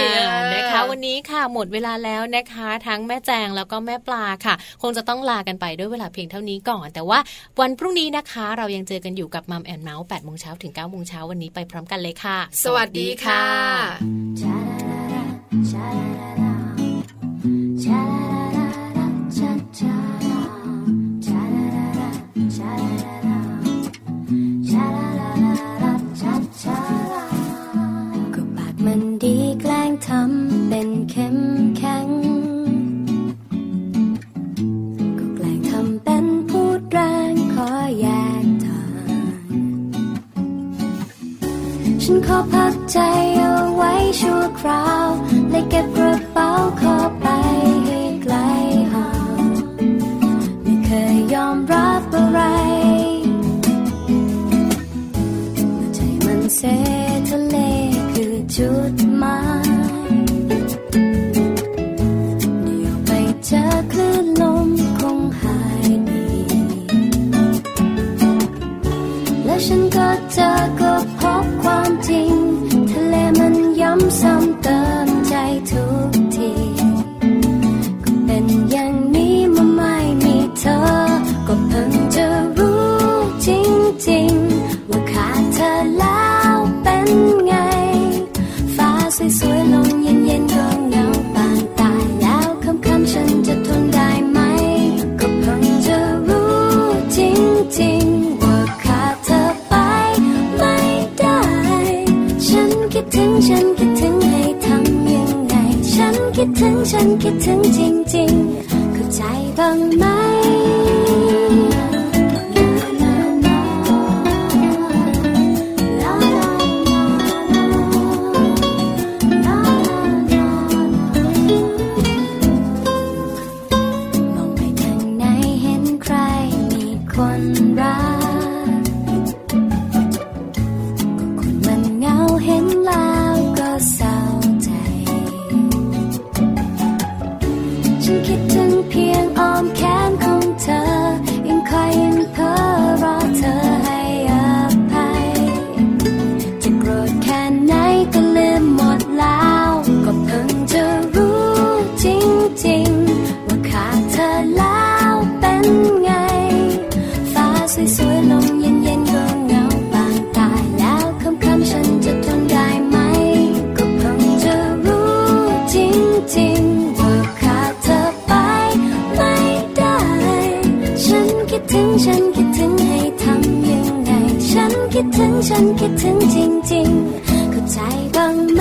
Speaker 3: อ่านะคะ
Speaker 4: เออ
Speaker 3: วันนี้ค่ะหมดเวลาแล้วนะคะ ทั้งแม่แจงแล้วก็แม่ปลาค่ะ คงจะต้องลากันไปด้วยเวลาเพียงเท่านี้ก่อน แต่ว่าวันพรุ่งนี้นะคะ เรายังเจอกันอยู่กับมัมแอนเมาส์8โมงเช้าถึง9โมงเช้าวันนี้ไปพร้อมกันเลยค่ะ
Speaker 4: สวัสดีค่ะ
Speaker 8: ก็ปากมันดีแกล้งทำเป็นเข้มแข็ง ก็แกล้งทำเป็นพูดแรงขอแยกทาง ฉันขอพักใจเอาไว้ชั่วคราวและเก็บกระเป๋าขอไปให้ไกลห่างไม่เคยยอมรับอะไร ใจมันเสทะเลคือจุดหมายเดี๋ยวไปเจอคลื่นลมคงหายดี และฉันก็เจอก็พบความจริง ทะเลมันย้ำซ้ำเติมใจทุกที ก็เป็นอย่างนี้มาไม่มีเธอ ก็เพิ่งจะรู้จริงๆ ว่าขาดเธอแล้วเป็นไง ฟ้าสวยๆลมเย็นๆก็เหงาปานตายแล้วค่ำๆฉันจะทนได้ไหม ก็เพิ่งจะรู้จริงๆ ว่าขาดเธอไปไม่ได้ ฉันคิดถึงฉันคิดถึงให้ทำยังไง ฉันคิดถึงฉันคิดถึงจริงๆ เข้าใจบ้างไหม มองไปทางไหนเห็นใครมีคนรัก ก็คนมันเหงาเห็นแล้วก็เศร้าใจ ฉันคิดถึงเพียงอ้อมแขนของเธอ ยังคอยยังเพ้อรอเธอให้อภัย จะโกรธแค่ไหนก็ลืมหมดแล้ว ก็เพิ่งจะรู้จริงๆ ว่าขาดเธอแล้วเป็นไง ฟ้าสวยๆลมเย็นๆก็เหงาบางตายแล้วค่ำๆฉันจะทนได้ไหม ก็เพิ่งจะรู้จริงๆ ว่าขาดเธอไปไม่ได้ ฉันคิดถึงฉันคิดถึงให้ทำยังไง ฉันคิดถึงฉันคิดถึงจริงๆ เข้าใจบ้างไหม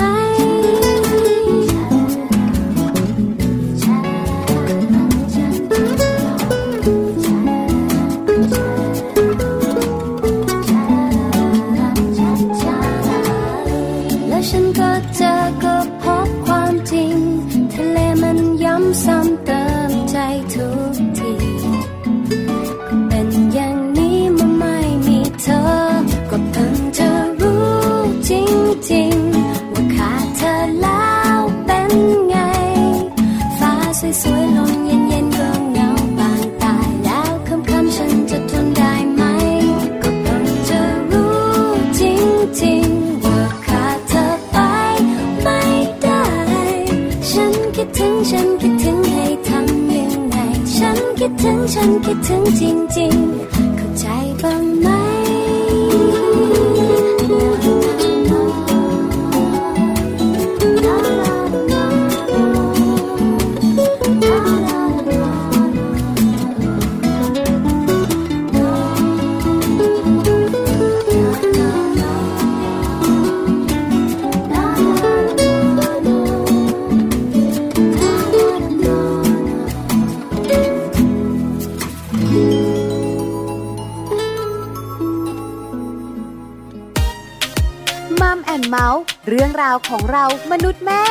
Speaker 8: แล้วฉันก็เจอก็พบความจริง ทะเลมันย้ำซ้ำเติมใจทุกที ก็เป็นอย่างนี้มาไม่มีเธอ ก็เพิ่งจะรู้จริงๆ ว่าขาดเธอแล้วเป็นไง ฟ้าสวยๆลมเย็นๆก็เหงาบางตายแล้วค่ำๆฉันจะทนได้ไหม ก็เพิ่งจะรู้จริงๆ ว่าขาดเธอไปไม่ได้ ฉันคิดถึงฉันคิดถึงให้ทำยังไง ฉันคิดถึงฉันคิดถึงจริงๆ เข้าใจบ้างไหม
Speaker 1: มัมแอนเมาส์เรื่องราวของเรามนุษย์แม่